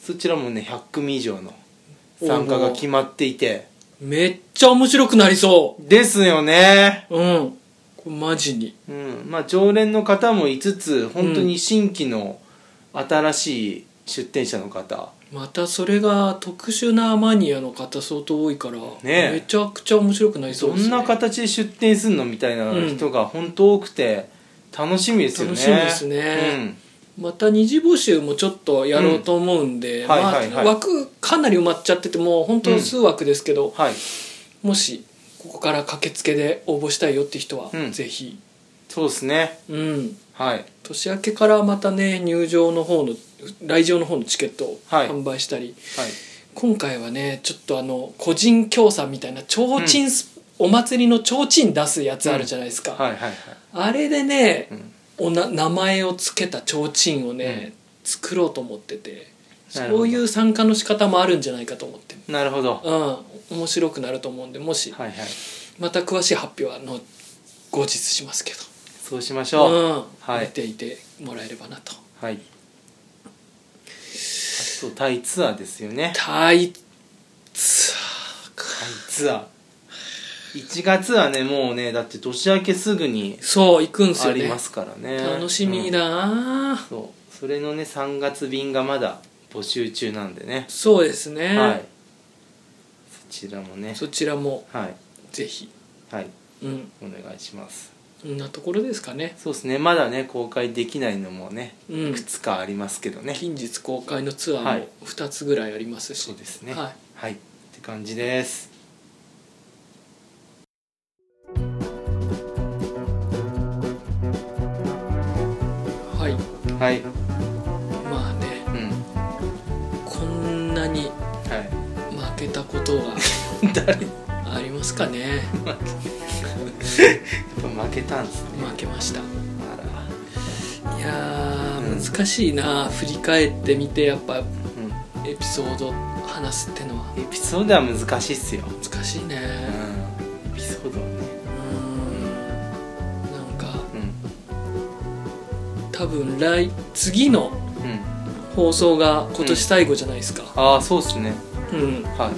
[SPEAKER 2] そちらもね100組以上の参加が決まっていて
[SPEAKER 1] めっちゃ面白くなりそ
[SPEAKER 2] ですよね
[SPEAKER 1] ううんこれマジに
[SPEAKER 2] うんまあ常連の方もいつつ本当に新規の新しい出店者の方、
[SPEAKER 1] またそれが特殊なマニアの方相当多いから、
[SPEAKER 2] え
[SPEAKER 1] めちゃくちゃ面白くなりそう
[SPEAKER 2] ど
[SPEAKER 1] です、ね、
[SPEAKER 2] んな形で出店するのみたいな人が本当多くて楽しみですよ
[SPEAKER 1] 楽
[SPEAKER 2] ね
[SPEAKER 1] しみですねまた二次募集もちょっとやろうと思うんで、
[SPEAKER 2] うんはいはい
[SPEAKER 1] まあ、
[SPEAKER 2] はい
[SPEAKER 1] 枠かなり埋まっちゃっててもう本当数枠ですけど、
[SPEAKER 2] うん、はい
[SPEAKER 1] もしここから駆けつけで応募したいよって人は、
[SPEAKER 2] うん
[SPEAKER 1] ぜひ
[SPEAKER 2] そうですね
[SPEAKER 1] うん
[SPEAKER 2] はい
[SPEAKER 1] 年明けからまたね入場の方の来場の方のチケットを
[SPEAKER 2] はい
[SPEAKER 1] 販売したり、
[SPEAKER 2] はい
[SPEAKER 1] 今回はねちょっとあの個人協賛みたいな提灯ス、お祭りの提灯出すやつあるじゃないですか、
[SPEAKER 2] はいはいはい
[SPEAKER 1] あれでね、
[SPEAKER 2] うん
[SPEAKER 1] おな名前を付けた提灯をね、
[SPEAKER 2] うん
[SPEAKER 1] 作ろうと思ってて
[SPEAKER 2] なるほど
[SPEAKER 1] そういう参加の仕方もあるんじゃないかと思って
[SPEAKER 2] なるほどは
[SPEAKER 1] うん面白くなると思うんでもし
[SPEAKER 2] いはい
[SPEAKER 1] また詳しい発表はあの後日しますけ
[SPEAKER 2] そうしまし
[SPEAKER 1] ど
[SPEAKER 2] ょう、
[SPEAKER 1] うん
[SPEAKER 2] はい
[SPEAKER 1] 見ていてもらえればなと
[SPEAKER 2] はいあとタイツアーですよね
[SPEAKER 1] タイツアーか
[SPEAKER 2] タイツアー1月はねもうねだって年明けすぐに
[SPEAKER 1] そう行くんす
[SPEAKER 2] あ
[SPEAKER 1] よね
[SPEAKER 2] りますからね
[SPEAKER 1] 楽しみだな、
[SPEAKER 2] うんそうそれのね3月便がまだ募集中なんでね、
[SPEAKER 1] そうですね、
[SPEAKER 2] はいそちらもね
[SPEAKER 1] そちらも
[SPEAKER 2] はい
[SPEAKER 1] ぜひ
[SPEAKER 2] はい
[SPEAKER 1] うん
[SPEAKER 2] お願いします
[SPEAKER 1] こんなところですかね
[SPEAKER 2] そうですねまだね公開できないのもね
[SPEAKER 1] う
[SPEAKER 2] い
[SPEAKER 1] ん
[SPEAKER 2] くつかありますけどね、
[SPEAKER 1] 近日公開のツア
[SPEAKER 2] は
[SPEAKER 1] ーも
[SPEAKER 2] い
[SPEAKER 1] 2つぐらいありますし、
[SPEAKER 2] そうですね
[SPEAKER 1] はい
[SPEAKER 2] はいって感じです
[SPEAKER 1] はい、
[SPEAKER 2] はい
[SPEAKER 1] まあね
[SPEAKER 2] うん
[SPEAKER 1] こんなに
[SPEAKER 2] は
[SPEAKER 1] 負けたことが
[SPEAKER 2] い [laughs] 誰やっ
[SPEAKER 1] ありますか
[SPEAKER 2] [laughs]
[SPEAKER 1] ね
[SPEAKER 2] ぱ負けたんですね
[SPEAKER 1] 負けました
[SPEAKER 2] あら
[SPEAKER 1] いや
[SPEAKER 2] うん
[SPEAKER 1] ー難しいな振り返ってみてやっぱ
[SPEAKER 2] う
[SPEAKER 1] エピソード話すってのは
[SPEAKER 2] んエピソードは難しいっすよ
[SPEAKER 1] 難しいね
[SPEAKER 2] うんエピソードはね
[SPEAKER 1] うーんなんか
[SPEAKER 2] う
[SPEAKER 1] 多分来次の
[SPEAKER 2] んうん
[SPEAKER 1] 放送が今年最後じゃないですか、
[SPEAKER 2] ああそうっすね
[SPEAKER 1] うん、
[SPEAKER 2] はい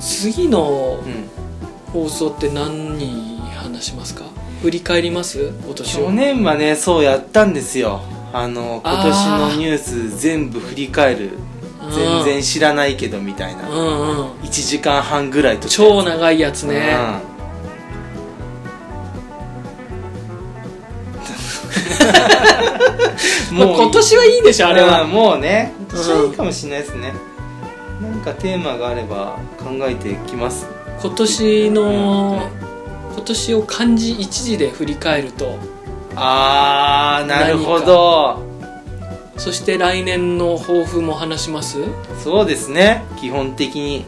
[SPEAKER 1] 次の
[SPEAKER 2] うん
[SPEAKER 1] 放送って何に話しますか振り返ります今年を
[SPEAKER 2] 去年はねそうやったんですよあの今
[SPEAKER 1] あー
[SPEAKER 2] 年のニュース全部振り返る
[SPEAKER 1] うん
[SPEAKER 2] 全然知らないけどみたいな
[SPEAKER 1] うんうん
[SPEAKER 2] 1時間半ぐらいと
[SPEAKER 1] 超長いやつ
[SPEAKER 2] うん
[SPEAKER 1] ね、もう
[SPEAKER 2] [laughs] もう
[SPEAKER 1] 今年はいいでしょあれ
[SPEAKER 2] うん
[SPEAKER 1] は
[SPEAKER 2] もうね今年はい
[SPEAKER 1] うん
[SPEAKER 2] いかもしれないですねなんかテーマがあれば考えていきます
[SPEAKER 1] 今年の今年を漢字一字で振り返ると
[SPEAKER 2] ああなるほど
[SPEAKER 1] そして来年の抱負も話しますうん
[SPEAKER 2] そうですね基本的に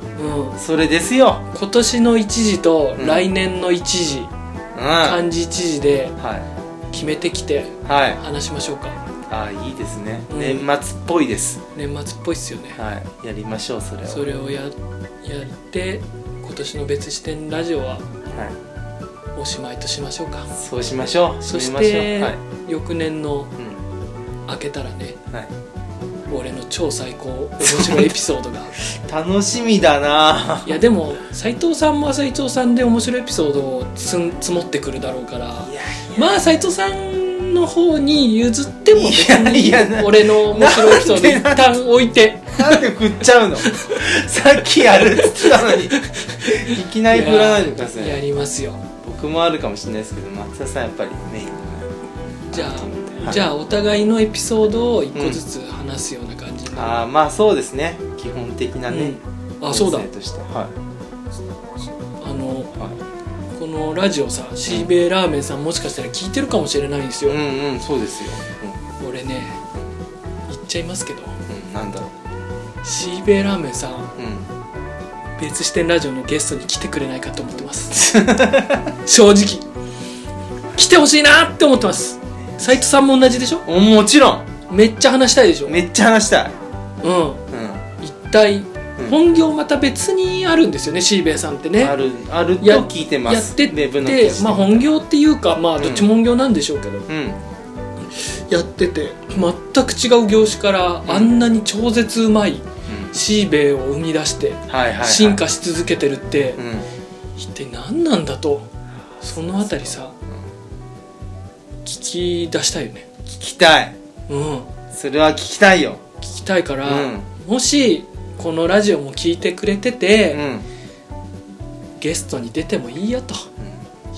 [SPEAKER 2] それですよ
[SPEAKER 1] 今年の一字と
[SPEAKER 2] うん
[SPEAKER 1] 来年の一字、
[SPEAKER 2] うん
[SPEAKER 1] 漢字一字で
[SPEAKER 2] は
[SPEAKER 1] 決めてきて
[SPEAKER 2] いはい
[SPEAKER 1] 話しましょうか
[SPEAKER 2] あーいいですね、
[SPEAKER 1] うん
[SPEAKER 2] 年末っぽいです
[SPEAKER 1] 年末っぽいっすよね
[SPEAKER 2] はいやりましょうそれを
[SPEAKER 1] それをややって今年の別視点ラジオは
[SPEAKER 2] は
[SPEAKER 1] おしまいとしましょうか
[SPEAKER 2] い、そうしましょう
[SPEAKER 1] そし
[SPEAKER 2] 締め
[SPEAKER 1] て、
[SPEAKER 2] ましょ
[SPEAKER 1] 翌年の
[SPEAKER 2] うはい、
[SPEAKER 1] 明けたらね
[SPEAKER 2] うんはい、
[SPEAKER 1] 俺の超最高面白いエピソードが
[SPEAKER 2] 楽しみだない
[SPEAKER 1] やでも斎藤さんも斎藤さんで面白いエピソードを積ん積もってくるだろうから
[SPEAKER 2] いや
[SPEAKER 1] まあ斎藤さんの方に譲っても別
[SPEAKER 2] いやいや
[SPEAKER 1] に俺の面白いエピソード一旦置いて
[SPEAKER 2] なんで振っちゃうの [laughs] さっきやるっつってた [laughs] のにいきなり振らないでくださ
[SPEAKER 1] や
[SPEAKER 2] い
[SPEAKER 1] りますよ
[SPEAKER 2] 僕もあるかもしれないですけど松田さんやっぱりメイン
[SPEAKER 1] じゃ
[SPEAKER 2] は
[SPEAKER 1] あ
[SPEAKER 2] い
[SPEAKER 1] じゃあお互いのエピソードを一個ずつ話すような感じに
[SPEAKER 2] ああまあそうですね基本的なね、
[SPEAKER 1] うんあそうだ
[SPEAKER 2] 音声としては
[SPEAKER 1] あの
[SPEAKER 2] い、は
[SPEAKER 1] このラジオさシーベイラーメンさんもしかしたら聞いてるかもしれないんです
[SPEAKER 2] い、
[SPEAKER 1] よ、
[SPEAKER 2] うんうんそうですよ、
[SPEAKER 1] 俺ね言っちゃいますけど
[SPEAKER 2] うんうん、なんだろ
[SPEAKER 1] シーベイラーメンさん
[SPEAKER 2] ううん
[SPEAKER 1] 別視点ラジオのゲストに来てくれないかと思ってます正直来てほしいなって思ってます斉藤さんも同じでしょ
[SPEAKER 2] おもちろん
[SPEAKER 1] めっちゃ話したいでしょ、
[SPEAKER 2] めっちゃ話したい
[SPEAKER 1] うん
[SPEAKER 2] う
[SPEAKER 1] 一体、
[SPEAKER 2] ん
[SPEAKER 1] 本業また別にあるんですよねシーベイさんってね
[SPEAKER 2] あるあると
[SPEAKER 1] や
[SPEAKER 2] 聞いてま
[SPEAKER 1] や
[SPEAKER 2] す
[SPEAKER 1] ってっ
[SPEAKER 2] ウェブの
[SPEAKER 1] てまあ本業っていうかまあどっちも本業なんでしょうけど、
[SPEAKER 2] うん
[SPEAKER 1] やってて全く違う業種からあんなに超絶うまいシーベイを生み出して
[SPEAKER 2] うんはいはい、はい、
[SPEAKER 1] 進化し続けてるって
[SPEAKER 2] うん
[SPEAKER 1] 一体何なんだとそのあたりさ聞き出したいよね
[SPEAKER 2] 聞きたい
[SPEAKER 1] うん
[SPEAKER 2] それは聞きたいよ
[SPEAKER 1] 聞きたいから、
[SPEAKER 2] うん
[SPEAKER 1] もしこのラジオも聞いてくれて
[SPEAKER 2] うん、
[SPEAKER 1] て、ゲストに出てもいいよと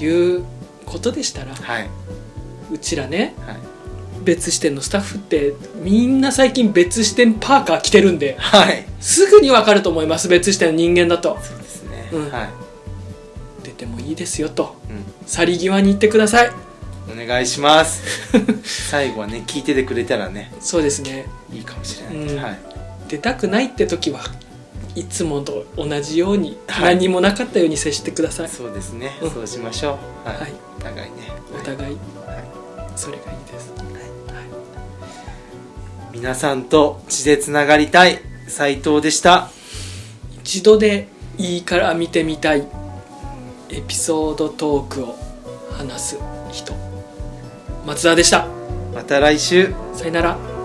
[SPEAKER 1] いうことでしたら
[SPEAKER 2] はいう
[SPEAKER 1] ちらね
[SPEAKER 2] はい
[SPEAKER 1] 別支店のスタッフってみんな最近別支店パーカー着てるんで
[SPEAKER 2] はい
[SPEAKER 1] すぐに分かると思います別視点の人間だと
[SPEAKER 2] そうですね、
[SPEAKER 1] うん
[SPEAKER 2] はい、
[SPEAKER 1] 出てもいいですよと
[SPEAKER 2] う
[SPEAKER 1] 去り際に行ってください
[SPEAKER 2] ん、お願いします
[SPEAKER 1] [laughs]
[SPEAKER 2] 最後はね聞いててくれたらね
[SPEAKER 1] そうですね
[SPEAKER 2] いいかもしれな
[SPEAKER 1] う
[SPEAKER 2] い、
[SPEAKER 1] ん
[SPEAKER 2] はい
[SPEAKER 1] 出たくないって時はいつもと同じように
[SPEAKER 2] はい
[SPEAKER 1] 何もなかったように接してください、
[SPEAKER 2] そうですね、
[SPEAKER 1] うん
[SPEAKER 2] そうしましょうはい、
[SPEAKER 1] はい
[SPEAKER 2] お互いね
[SPEAKER 1] お互い
[SPEAKER 2] は
[SPEAKER 1] それがいいです、はい
[SPEAKER 2] 皆さんと血でつながりたい斉藤でした
[SPEAKER 1] い一度でいいから見てみたいエピソードトークを話す人松田でした
[SPEAKER 2] また来週
[SPEAKER 1] さよなら